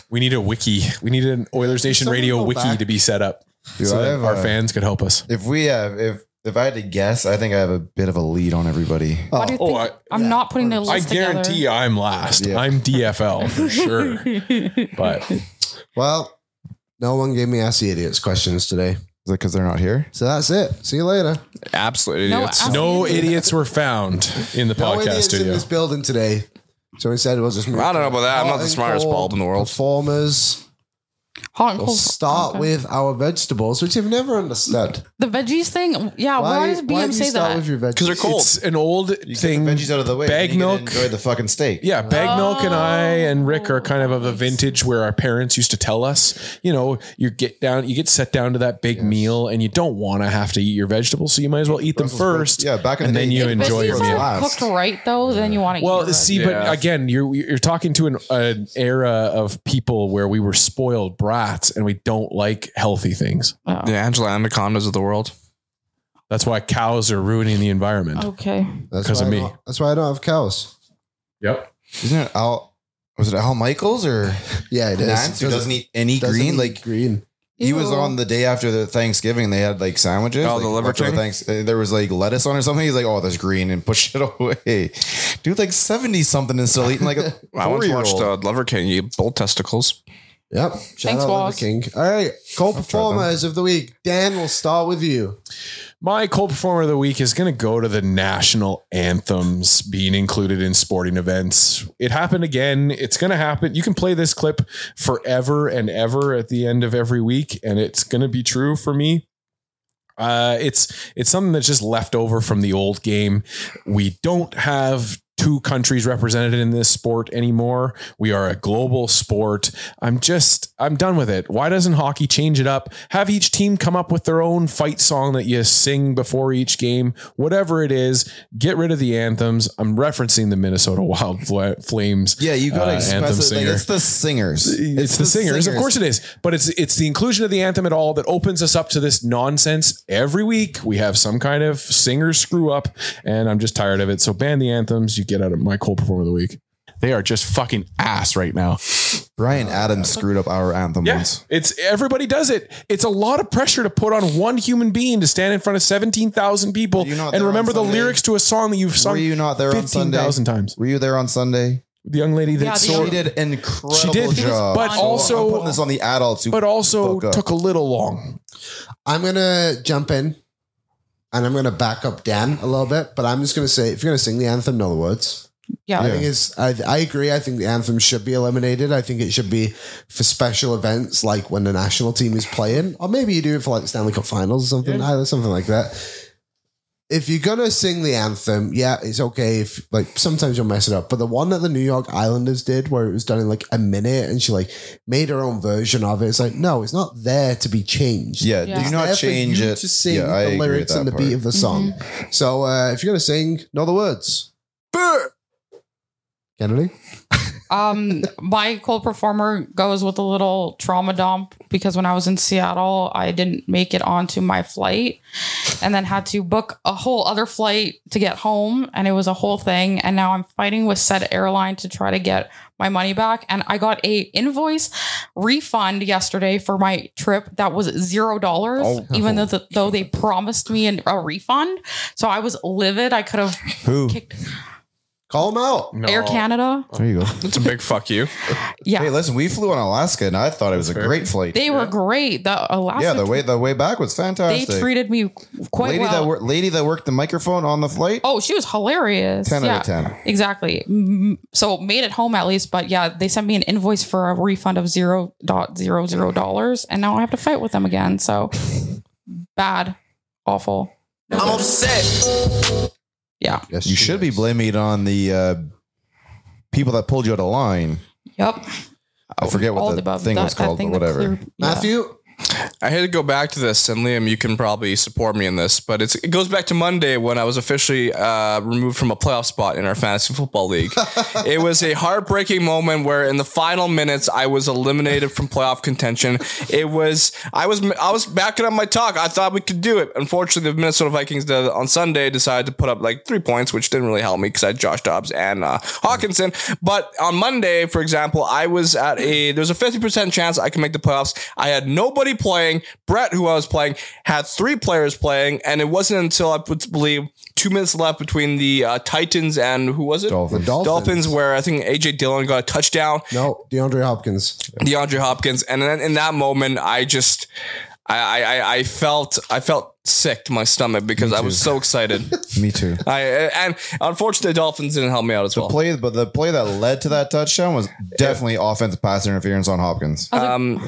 [SPEAKER 3] We need a wiki. We need an Oilers Nation
[SPEAKER 6] Someone
[SPEAKER 3] Radio
[SPEAKER 6] go
[SPEAKER 3] wiki
[SPEAKER 6] back.
[SPEAKER 3] to be set up
[SPEAKER 6] Do
[SPEAKER 3] so
[SPEAKER 6] I
[SPEAKER 3] that
[SPEAKER 6] have
[SPEAKER 3] our
[SPEAKER 6] a-
[SPEAKER 3] fans could help us.
[SPEAKER 6] If we have, if if I had to guess, I think I have a bit of a lead on everybody.
[SPEAKER 4] Why do you think I'm not putting the
[SPEAKER 3] Oh, I
[SPEAKER 4] list together?
[SPEAKER 3] guarantee I'm last. I'm DFL for sure. but
[SPEAKER 2] Well, no one gave me assy idiots questions today. Is
[SPEAKER 6] it because they're not here?
[SPEAKER 2] So that's it. See you later.
[SPEAKER 5] Absolutely
[SPEAKER 3] No,
[SPEAKER 2] idiots.
[SPEAKER 3] no idiots were found in the
[SPEAKER 2] No
[SPEAKER 3] podcast
[SPEAKER 2] idiots in
[SPEAKER 3] studio.
[SPEAKER 2] this building today. So instead, we'll just.
[SPEAKER 5] I don't know about that. I'm not the
[SPEAKER 2] Hot and
[SPEAKER 5] smartest
[SPEAKER 2] cold
[SPEAKER 5] bulb in the world.
[SPEAKER 2] Performers.
[SPEAKER 4] Hot and
[SPEAKER 2] We'll
[SPEAKER 4] cold-
[SPEAKER 2] start
[SPEAKER 4] Oh, okay.
[SPEAKER 2] with our vegetables, which I've never understood.
[SPEAKER 4] the veggies thing. Yeah, why, does BM
[SPEAKER 2] do you
[SPEAKER 4] say
[SPEAKER 2] start
[SPEAKER 4] that?
[SPEAKER 2] with your veggies?
[SPEAKER 3] Because they're cold. It's an old thing.
[SPEAKER 6] veggies out of the way.
[SPEAKER 3] Bag
[SPEAKER 6] then you can
[SPEAKER 3] milk.
[SPEAKER 6] Enjoy the fucking steak.
[SPEAKER 3] Yeah, bag milk and I and Rick are kind of of a vintage where our parents used to tell us, you know, you get down, you get set down to that big meal, and you don't want to have to eat your vegetables, so you might as well eat them first.
[SPEAKER 6] Yeah, back in
[SPEAKER 3] and
[SPEAKER 6] the
[SPEAKER 3] then
[SPEAKER 6] day,
[SPEAKER 3] you
[SPEAKER 6] it
[SPEAKER 3] enjoy
[SPEAKER 6] basically
[SPEAKER 3] your
[SPEAKER 4] If
[SPEAKER 6] said
[SPEAKER 3] meal.
[SPEAKER 4] they're cooked right though, then you want to eat.
[SPEAKER 3] Well,
[SPEAKER 4] your
[SPEAKER 3] see,
[SPEAKER 4] veggies.
[SPEAKER 3] but again, you're you're talking to an an era of people where we were spoiled brats and we don't like healthy things.
[SPEAKER 5] The Angela Anacondas of the world.
[SPEAKER 3] That's why cows are ruining the environment.
[SPEAKER 4] okay.
[SPEAKER 2] That's
[SPEAKER 3] 'Cause
[SPEAKER 2] why
[SPEAKER 3] of
[SPEAKER 2] I
[SPEAKER 3] me.
[SPEAKER 2] don't- That's why I don't have cows.
[SPEAKER 3] Yep.
[SPEAKER 6] Isn't it Al? Was it Al Michaels or
[SPEAKER 2] Yeah, it is.
[SPEAKER 6] Nance who doesn't eat any green? like
[SPEAKER 2] green.
[SPEAKER 6] He was
[SPEAKER 4] Ew.
[SPEAKER 6] on the day after the Thanksgiving. They had like sandwiches.
[SPEAKER 5] Oh,
[SPEAKER 6] like,
[SPEAKER 5] the liver
[SPEAKER 6] after
[SPEAKER 5] thing?
[SPEAKER 6] Thanks, uh, there was like lettuce on or something. He's like, "Oh, that's green," and pushed it away. Dude, like seventy something and still eating like a
[SPEAKER 5] I
[SPEAKER 6] four
[SPEAKER 5] once
[SPEAKER 6] year
[SPEAKER 5] watched
[SPEAKER 6] old.
[SPEAKER 5] uh, Lover King eat bull testicles.
[SPEAKER 2] Yep. Shout
[SPEAKER 4] Thanks,
[SPEAKER 2] out Liver
[SPEAKER 4] Woz.
[SPEAKER 2] King. All right, cold performers of the week. Dan, we'll start with you.
[SPEAKER 3] My cold performer of the week is going to go to the national anthems being included in sporting events. It happened again. It's going to happen. You can play this clip forever and ever at the end of every week, and it's going to be true for me. Uh, it's it's something that's just left over from the old game. We don't have two countries represented in this sport anymore. We are a global sport. I'm just I'm done with it. Why doesn't hockey change it up? Have each team come up with their own fight song that you sing before each game, whatever it is. Get rid of the anthems. I'm referencing the Minnesota Wild Fla- Flames.
[SPEAKER 6] Yeah, you gotta
[SPEAKER 3] uh, anthem
[SPEAKER 6] specify.
[SPEAKER 3] singer.
[SPEAKER 6] Like, it's the singers.
[SPEAKER 3] It's, the, singers. of course it is. But it's it's the inclusion of the anthem at all that opens us up to this nonsense. Every week we have some kind of singer screw up, and I'm just tired of it. So ban the anthems. You get out of my cold performer of the week. They are just fucking ass right now.
[SPEAKER 6] Brian Adams screwed up our anthem once.
[SPEAKER 3] Yes, it's everybody does it. It's a lot of pressure to put on one human being to stand in front of seventeen thousand people
[SPEAKER 6] you not
[SPEAKER 3] and
[SPEAKER 6] there
[SPEAKER 3] remember
[SPEAKER 6] on
[SPEAKER 3] the
[SPEAKER 6] Sunday?
[SPEAKER 3] lyrics to a song that you've sung.
[SPEAKER 6] Were you not there on
[SPEAKER 3] fifteen
[SPEAKER 6] Sunday?
[SPEAKER 3] thousand times?
[SPEAKER 6] Were you there on Sunday?
[SPEAKER 3] The young lady that
[SPEAKER 4] Yeah, the
[SPEAKER 3] sort-
[SPEAKER 6] She did an incredible
[SPEAKER 3] She did,
[SPEAKER 6] job.
[SPEAKER 3] but
[SPEAKER 6] So
[SPEAKER 3] also-
[SPEAKER 6] I'm putting this on the adults. Who
[SPEAKER 3] but also
[SPEAKER 6] fuck up.
[SPEAKER 3] took a little long.
[SPEAKER 2] I'm gonna jump in, and I'm gonna back up Dan a little bit. But I'm just gonna say, if you're gonna sing the anthem, know the words. I
[SPEAKER 4] yeah.
[SPEAKER 2] think it's. I, I agree. I think the anthem should be eliminated. I think it should be for special events like when the national team is playing, or maybe you do it for like the Stanley Cup Finals or something, either something like that. If you're gonna sing the anthem, yeah, it's okay. If like sometimes you'll mess it up, but the one that the New York Islanders did, where it was done in like a minute, and she like made her own version of it. It's like no, it's not there to be changed.
[SPEAKER 6] Yeah,
[SPEAKER 4] Yeah.
[SPEAKER 6] do
[SPEAKER 2] It's
[SPEAKER 6] not
[SPEAKER 2] there for
[SPEAKER 6] change
[SPEAKER 2] you
[SPEAKER 6] it.
[SPEAKER 2] To sing
[SPEAKER 6] yeah, I
[SPEAKER 2] the
[SPEAKER 6] agree with
[SPEAKER 2] lyrics
[SPEAKER 6] that
[SPEAKER 2] and the
[SPEAKER 6] part.
[SPEAKER 2] beat of the song. So uh, if you're gonna sing, know the words. Kennedy.
[SPEAKER 4] Um, my cold performer goes with a little trauma dump because when I was in Seattle, I didn't make it onto my flight, and then had to book a whole other flight to get home, and it was a whole thing. And now I'm fighting with said airline to try to get my money back, and I got a invoice refund yesterday for my trip that was zero dollars, even though the, though they promised me an, a refund. So I was livid. I could have
[SPEAKER 6] Who?
[SPEAKER 4] kicked
[SPEAKER 2] Call them out.
[SPEAKER 4] Air Canada.
[SPEAKER 6] There you go. That's
[SPEAKER 5] a big fuck you.
[SPEAKER 4] Yeah.
[SPEAKER 6] Hey, listen, we flew on Alaska, and I thought it was a great flight.
[SPEAKER 4] They were great. The Alaska.
[SPEAKER 6] yeah, the way the way back was
[SPEAKER 4] they
[SPEAKER 6] fantastic.
[SPEAKER 4] treated me quite
[SPEAKER 6] lady
[SPEAKER 4] well.
[SPEAKER 6] that wor- lady that worked the microphone on the flight.
[SPEAKER 4] Oh, she was hilarious.
[SPEAKER 6] 10
[SPEAKER 4] yeah,
[SPEAKER 6] out of 10.
[SPEAKER 4] Exactly. Mm, So made it home at least, but yeah, they sent me an invoice for a refund of zero dot zero zero dollars, and now I have to fight with them again. So bad, awful.
[SPEAKER 12] I'm upset.
[SPEAKER 4] Yeah.
[SPEAKER 6] you should be blaming it on the uh, people that pulled you out of line.
[SPEAKER 4] Yep.
[SPEAKER 6] I forget
[SPEAKER 4] All
[SPEAKER 6] what the
[SPEAKER 4] above.
[SPEAKER 6] thing
[SPEAKER 4] That-
[SPEAKER 6] was
[SPEAKER 4] that
[SPEAKER 6] called,
[SPEAKER 4] thing
[SPEAKER 6] but
[SPEAKER 4] that
[SPEAKER 6] whatever.
[SPEAKER 4] clear- yeah.
[SPEAKER 2] Matthew.
[SPEAKER 5] I had to go back to this, and Liam, you can probably support me in this, but it's, it goes back to Monday when I was officially uh, removed from a playoff spot in our fantasy football league. it was a heartbreaking moment where, in the final minutes, I was eliminated from playoff contention. It was I was I was backing up my talk. I thought we could do it. Unfortunately, the Minnesota Vikings did, on Sunday decided to put up like three points, which didn't really help me because I had Josh Dobbs and uh, Hawkinson. But on Monday, for example, I was at a there's a 50% chance I can make the playoffs. I had nobody playing. Brett, who I was playing, had three players playing, and it wasn't until I would believe two minutes left between the uh, Titans and who was it?
[SPEAKER 2] Dolphins. The Dolphins.
[SPEAKER 5] where I think AJ Dillon got a touchdown.
[SPEAKER 2] No, DeAndre Hopkins.
[SPEAKER 5] DeAndre Hopkins, and then in that moment, I just, I, I- I, I felt, I felt sick to my stomach because I was so excited.
[SPEAKER 6] Me too.
[SPEAKER 5] I uh, and unfortunately, the Dolphins didn't help me out as well.
[SPEAKER 6] Play, but the play that led to that touchdown was definitely offensive pass interference on Hopkins.
[SPEAKER 5] Um,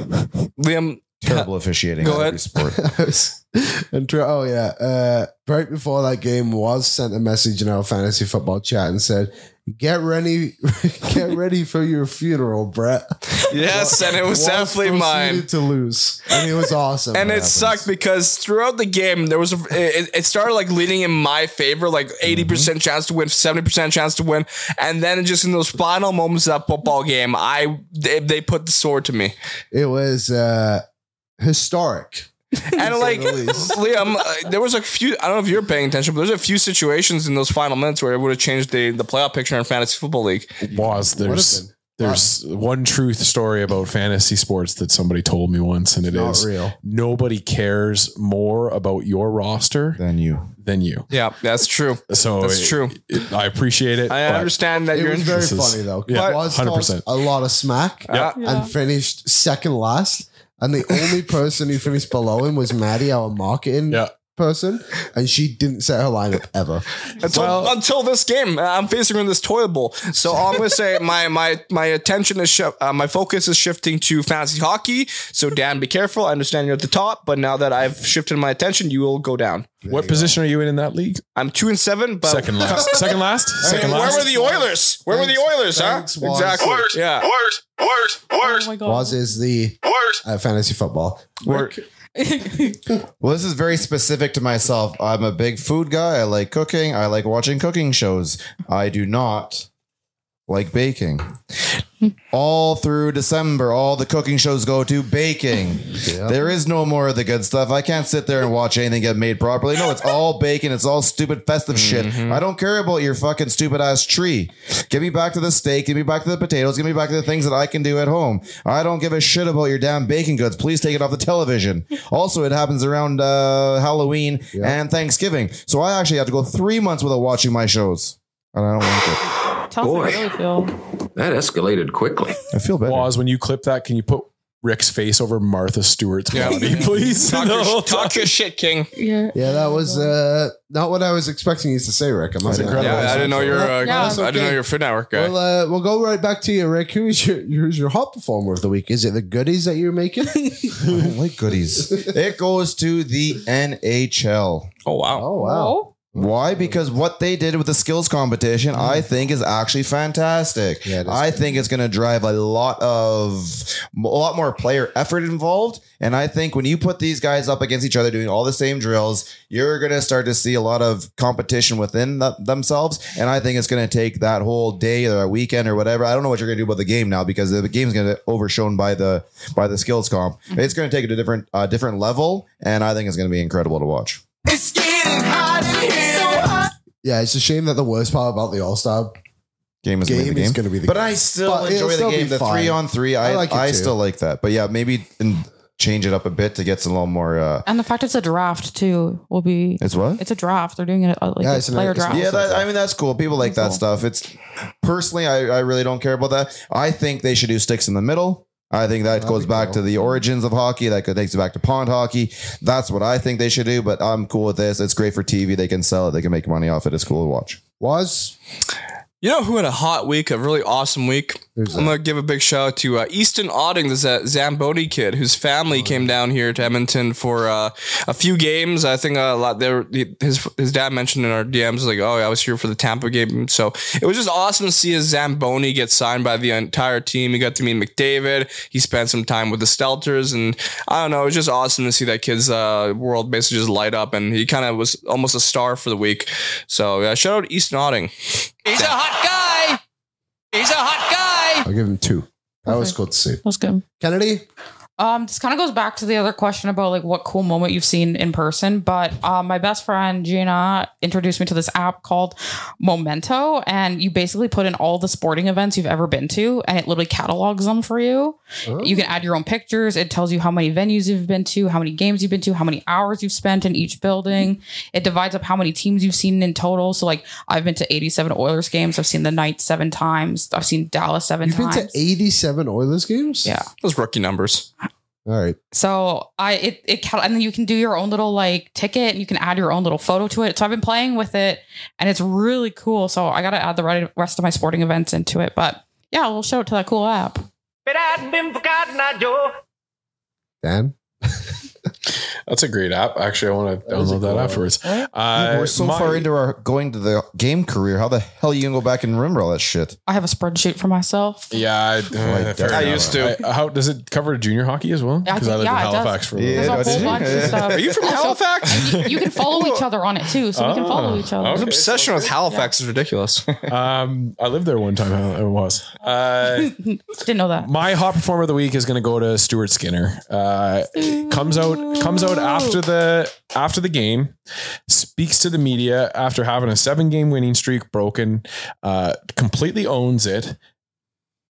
[SPEAKER 5] Liam,
[SPEAKER 6] terrible officiating.
[SPEAKER 5] Go
[SPEAKER 6] at
[SPEAKER 5] ahead.
[SPEAKER 6] every sport.
[SPEAKER 2] and Dre- oh yeah, uh, right before that game was sent a message in our fantasy football chat and said, "Get ready, get ready for your funeral, Brett."
[SPEAKER 5] Yes, and it was definitely
[SPEAKER 2] proceeded
[SPEAKER 5] mine.
[SPEAKER 2] to lose, and it was awesome.
[SPEAKER 5] and
[SPEAKER 2] what
[SPEAKER 5] it
[SPEAKER 2] happened.
[SPEAKER 5] sucked because throughout the game there was a, it, it started like leaning in my favor like 80% percent chance to win 70% chance to win and then just in those final moments of that football game i they, they put the sword to me
[SPEAKER 2] It was uh, historic.
[SPEAKER 5] and like liam uh, there was a few i don't know if you're paying attention but there's a few situations in those final minutes where it would have changed the, the playoff picture in fantasy football league
[SPEAKER 3] was there's there's one truth story about fantasy sports that somebody told me once, and it is
[SPEAKER 5] Not real.
[SPEAKER 3] nobody cares more about your roster than
[SPEAKER 6] you
[SPEAKER 3] than you.
[SPEAKER 5] yeah that's true
[SPEAKER 3] So
[SPEAKER 5] That's
[SPEAKER 3] it-
[SPEAKER 5] true.
[SPEAKER 3] it- I appreciate it.
[SPEAKER 5] I
[SPEAKER 3] but-
[SPEAKER 5] understand that
[SPEAKER 2] It
[SPEAKER 5] you're
[SPEAKER 2] was very
[SPEAKER 3] This is-
[SPEAKER 2] funny though.
[SPEAKER 3] Yeah,
[SPEAKER 2] Quaz
[SPEAKER 3] 100%.
[SPEAKER 2] talked A lot of smack
[SPEAKER 3] Yeah. Yeah.
[SPEAKER 2] and finished second last. And the only person who finished below him was Maddie, our marketing person, and she didn't set her lineup ever.
[SPEAKER 5] Until, until this game, uh, I'm facing with this toilet bowl. So I'm going to say my my my attention is shif- uh, my focus is shifting to fantasy hockey. So Dan, be careful. I understand you're at the top, but now that I've shifted my attention, you will go down.
[SPEAKER 3] What position are you in in that league?
[SPEAKER 5] I'm two and seven, but
[SPEAKER 3] Second last. Second last.
[SPEAKER 5] Hey,
[SPEAKER 3] Second
[SPEAKER 5] where
[SPEAKER 3] last.
[SPEAKER 5] were the Oilers? Where were the Oilers?
[SPEAKER 2] thanks,
[SPEAKER 5] huh?
[SPEAKER 2] Waz.
[SPEAKER 5] Exactly.
[SPEAKER 2] Worse,
[SPEAKER 5] yeah. Worse. Worse. Worse. Oh my
[SPEAKER 2] Quaz is the uh, fantasy football.
[SPEAKER 6] Work. well, this is very specific to myself. I'm a big food guy. I like cooking. I like watching cooking shows. I do not like baking. all through December, all the cooking shows go to baking. There is no more of the good stuff. I can't sit there and watch anything get made properly. No, it's all baking. It's all stupid festive shit. I don't care about your fucking stupid ass tree. Give me back to the steak. Give me back to the potatoes. Give me back to the things that I can do at home. I don't give a shit about your damn baking goods. Please take it off the television. Also, it happens around uh, Halloween and Thanksgiving. So I actually have to go three months without watching my shows. And I don't like it.
[SPEAKER 4] Tell us how you really feel.
[SPEAKER 3] That escalated quickly.
[SPEAKER 6] I feel better.
[SPEAKER 3] Waz, when you clip that, can you put Rick's face over Martha Stewart's
[SPEAKER 5] Yeah.
[SPEAKER 3] body, please?
[SPEAKER 5] Talk,
[SPEAKER 3] The whole
[SPEAKER 5] your, talk
[SPEAKER 3] time.
[SPEAKER 5] your shit, King.
[SPEAKER 4] Yeah,
[SPEAKER 2] yeah, that was uh, not what I was expecting you to say, Rick. I'm not
[SPEAKER 5] Yeah, I didn't know you're. Uh,
[SPEAKER 2] Yeah, that's
[SPEAKER 5] I didn't
[SPEAKER 2] okay.
[SPEAKER 5] know you're a Food Network guy.
[SPEAKER 2] Well, uh, we'll go right back to you, Rick. Who is your who's your hot performer of the week? Is it the goodies that you're making?
[SPEAKER 6] I don't like goodies. it goes to the NHL.
[SPEAKER 5] Oh wow!
[SPEAKER 2] Oh wow!
[SPEAKER 6] Why? Because what they did with the skills competition, I think, is actually fantastic. I think it's going to drive a lot of a lot more player effort involved, and I think when you put these guys up against each other doing all the same drills, you're going to start to see a lot of competition within th- themselves, and I think it's going to take that whole day or a weekend or whatever. I don't know what you're going to do about the game now because the game's going to get overshone by the by the skills comp. It's going to take it to a different uh, different level, and I think it's going to be incredible to watch.
[SPEAKER 12] It's getting hot in here. So hot.
[SPEAKER 2] Yeah, it's a shame that the worst part about the All Star
[SPEAKER 6] game is
[SPEAKER 2] game
[SPEAKER 6] gonna be the game.
[SPEAKER 2] going to be the
[SPEAKER 6] But
[SPEAKER 2] game.
[SPEAKER 6] I still
[SPEAKER 2] But it'll
[SPEAKER 6] enjoy the
[SPEAKER 2] still be
[SPEAKER 6] game. The
[SPEAKER 2] fun.
[SPEAKER 6] three on three, I I,
[SPEAKER 2] like it too.
[SPEAKER 6] still like that. But yeah, maybe in change it up a bit to get some a little more. Uh,
[SPEAKER 4] And the fact it's a draft too will be
[SPEAKER 6] It's what?
[SPEAKER 4] It's a draft. They're doing it uh, like a player draft.
[SPEAKER 6] Yeah, that, I mean that's cool. People like that stuff. It's personally, I, I really don't care about that. I think they should do sticks in the middle. I think that goes back to the origins of hockey. That takes it back to pond hockey. That's what I think they should do. But I'm cool with this. It's great for TV. They can sell it. They can make money off it. It's cool to watch.
[SPEAKER 2] Was
[SPEAKER 5] You know who had a hot week, a really awesome week? I'm going to give a big shout out to uh, Easton Otting, this uh, Zamboni kid whose family came down here to Edmonton for uh, a few games. I think a lot there his his dad mentioned in our DMs like, "Oh, I was here for the Tampa game." So, it was just awesome to see a Zamboni get signed by the entire team. He got to meet McDavid. He spent some time with the Stelters and I don't know, it was just awesome to see that kid's uh, world basically just light up and he kind of was almost a star for the week. So, yeah, shout out Easton Otting.
[SPEAKER 12] He's a hot guy. He's a hot
[SPEAKER 2] I'll give him two. That was good to see. That
[SPEAKER 4] was good.
[SPEAKER 2] Kennedy?
[SPEAKER 4] Um, this kind of goes back to the other question about like what cool moment you've seen in person. But um, my best friend Gina introduced me to this app called Memento, and you basically put in all the sporting events you've ever been to, and it literally catalogs them for you. You can add your own pictures. It tells you how many venues you've been to, how many games you've been to, how many hours you've spent in each building. It divides up how many teams you've seen in total. So like, I've been to 87 Oilers games. I've seen the Knights seven times. I've seen Dallas 7
[SPEAKER 2] You've been
[SPEAKER 4] times.
[SPEAKER 2] to 87 Oilers games?
[SPEAKER 4] Yeah.
[SPEAKER 5] Those rookie numbers.
[SPEAKER 2] All right.
[SPEAKER 4] So I it it cal- and then you can do your own little like ticket and you can add your own little photo to it. So I've been playing with it and it's really cool. So I got to add the right- rest of my sporting events into it. But yeah, we'll show it to that cool app.
[SPEAKER 12] guy.
[SPEAKER 2] Dan?
[SPEAKER 3] That's a great app. Actually, I want to download that afterwards. Uh,
[SPEAKER 6] We're so
[SPEAKER 3] my-
[SPEAKER 6] far into our going to the game career. How the hell you gonna go back and remember all that shit?
[SPEAKER 4] I have a spreadsheet for myself.
[SPEAKER 3] Yeah, I, uh, fair
[SPEAKER 6] I
[SPEAKER 3] enough.
[SPEAKER 6] used to.
[SPEAKER 3] I- how does it cover junior hockey as well?
[SPEAKER 4] I
[SPEAKER 3] Because
[SPEAKER 4] think-
[SPEAKER 3] I, live
[SPEAKER 4] yeah, it
[SPEAKER 3] in
[SPEAKER 4] does.
[SPEAKER 3] Halifax for a little
[SPEAKER 4] There's a
[SPEAKER 3] bit.
[SPEAKER 4] whole bunch of stuff.
[SPEAKER 5] Are you from Halifax?
[SPEAKER 4] You, you can follow each other on it too, so we
[SPEAKER 3] Oh,
[SPEAKER 4] can follow each other.
[SPEAKER 5] His obsession with Halifax is ridiculous.
[SPEAKER 3] um, I lived there one time. I I was. Uh,
[SPEAKER 4] Didn't know that.
[SPEAKER 3] My hot performer of the week is going to go to Stuart Skinner. Uh, comes out comes out after the after the game, speaks to the media after having a seven game winning streak broken, uh, completely owns it.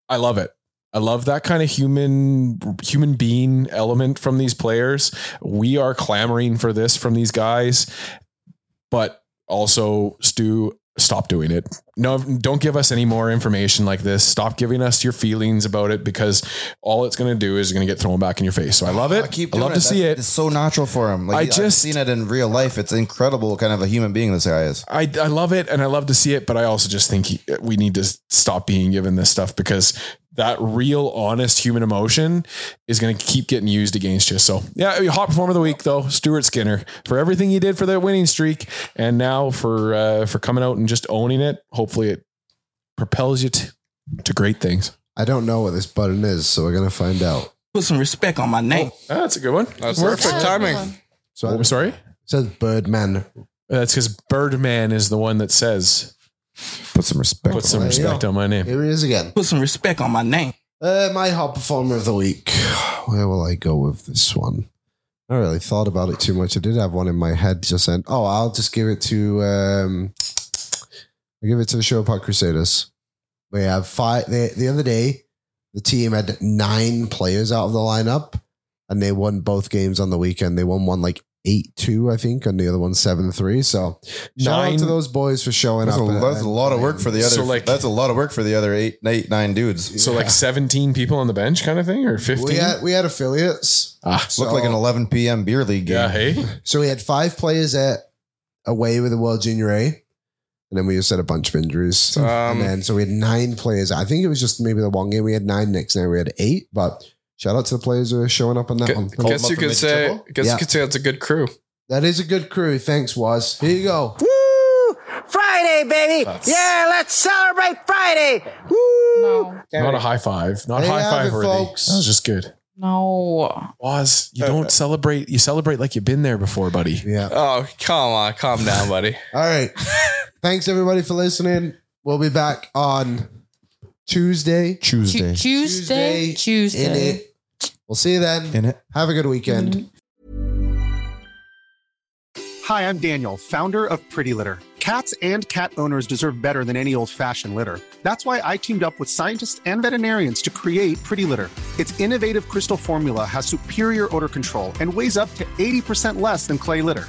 [SPEAKER 3] I love it. I love that kind of human human being element from these players. We are clamoring for this from these guys, but also Stu, stop doing it. No, don't give us any more information like this. Stop giving us your feelings about it because all it's going to do is going to get thrown back in your face. So I love it. I,
[SPEAKER 6] keep
[SPEAKER 3] love to see it.
[SPEAKER 6] It's so natural for him.
[SPEAKER 3] I
[SPEAKER 6] Like I
[SPEAKER 3] just-
[SPEAKER 6] just seen it in real life. It's incredible, kind of a human being this guy is.
[SPEAKER 3] I, I love it and I love to see it, but I also just think he, we need to s- stop being given this stuff because that real, honest human emotion is going to keep getting used against you. So, yeah, I mean, hot performer of the week though, Stuart Skinner for everything he did for that winning streak, and now for uh, for coming out and just owning it. Hopefully, it propels you to, to great things.
[SPEAKER 2] I don't know what this button is, so we're going to find out.
[SPEAKER 3] Put some respect on my name. that's a good one.
[SPEAKER 5] That's perfect timing.
[SPEAKER 2] So
[SPEAKER 3] I'm sorry.
[SPEAKER 2] says Birdman.
[SPEAKER 3] Uh, That's because Birdman is the one that says,
[SPEAKER 6] "Put some respect.
[SPEAKER 3] Put some respect on my name."
[SPEAKER 2] Here he is again.
[SPEAKER 3] Put some respect on my name.
[SPEAKER 2] Uh, my hot performer of the week. Where will I go with this one? I don't really thought about it too much. I did have one in my head just then. Oh, I'll just give it to um I'll give it to the show Pod Crusaders. We have five they, the other day, the team had nine players out of the lineup and they won both games on the weekend. They won one like eight two, I think, and the other one seven three. So shout out
[SPEAKER 6] Nine-
[SPEAKER 2] to those boys for showing
[SPEAKER 6] That's a,
[SPEAKER 2] up.
[SPEAKER 6] that's a lot of work for the other.
[SPEAKER 3] So, like-
[SPEAKER 6] that's a lot of work for the other eight, eight, nine dudes.
[SPEAKER 3] So like seventeen people on the bench, kind of thing, or fifteen.
[SPEAKER 2] we had we had affiliates.
[SPEAKER 3] Ah,
[SPEAKER 6] looked like an 11 p.m. beer league game.
[SPEAKER 3] Yeah, hey.
[SPEAKER 2] So we had five players at away with the World Junior A, and then we just had a bunch of
[SPEAKER 3] um,
[SPEAKER 2] injuries. and then so we had nine players. I think it was just maybe the one game we had nine. Next night we had eight. But shout out to the players who are showing up on that one.
[SPEAKER 5] guess you could say, guess
[SPEAKER 2] Yeah.
[SPEAKER 5] you could say it's a good crew.
[SPEAKER 2] that is a good crew. Thanks, Was. Here you go.
[SPEAKER 12] Friday, baby. Yeah, let's celebrate Friday. Woo!
[SPEAKER 3] Not a high five. Not
[SPEAKER 12] There you
[SPEAKER 3] high
[SPEAKER 12] have
[SPEAKER 3] five
[SPEAKER 12] it,
[SPEAKER 3] worthy.
[SPEAKER 12] folks.
[SPEAKER 3] That was just good.
[SPEAKER 4] No.
[SPEAKER 3] Was you don't celebrate. You celebrate like you've been there before, buddy.
[SPEAKER 2] Yeah.
[SPEAKER 5] Oh, come on, calm down, buddy.
[SPEAKER 2] All right. Thanks everybody for listening. We'll be back on Tuesday.
[SPEAKER 6] Tuesday.
[SPEAKER 4] Tuesday, Tuesday.
[SPEAKER 2] In it. We'll see you then. In
[SPEAKER 6] it.
[SPEAKER 2] Have a good weekend.
[SPEAKER 13] Hi, I'm Daniel, founder of Pretty Litter. Cats and cat owners deserve better than any old fashioned litter. That's why I teamed up with scientists and veterinarians to create Pretty Litter. Its innovative crystal formula has superior odor control and weighs up to 80% less than clay litter.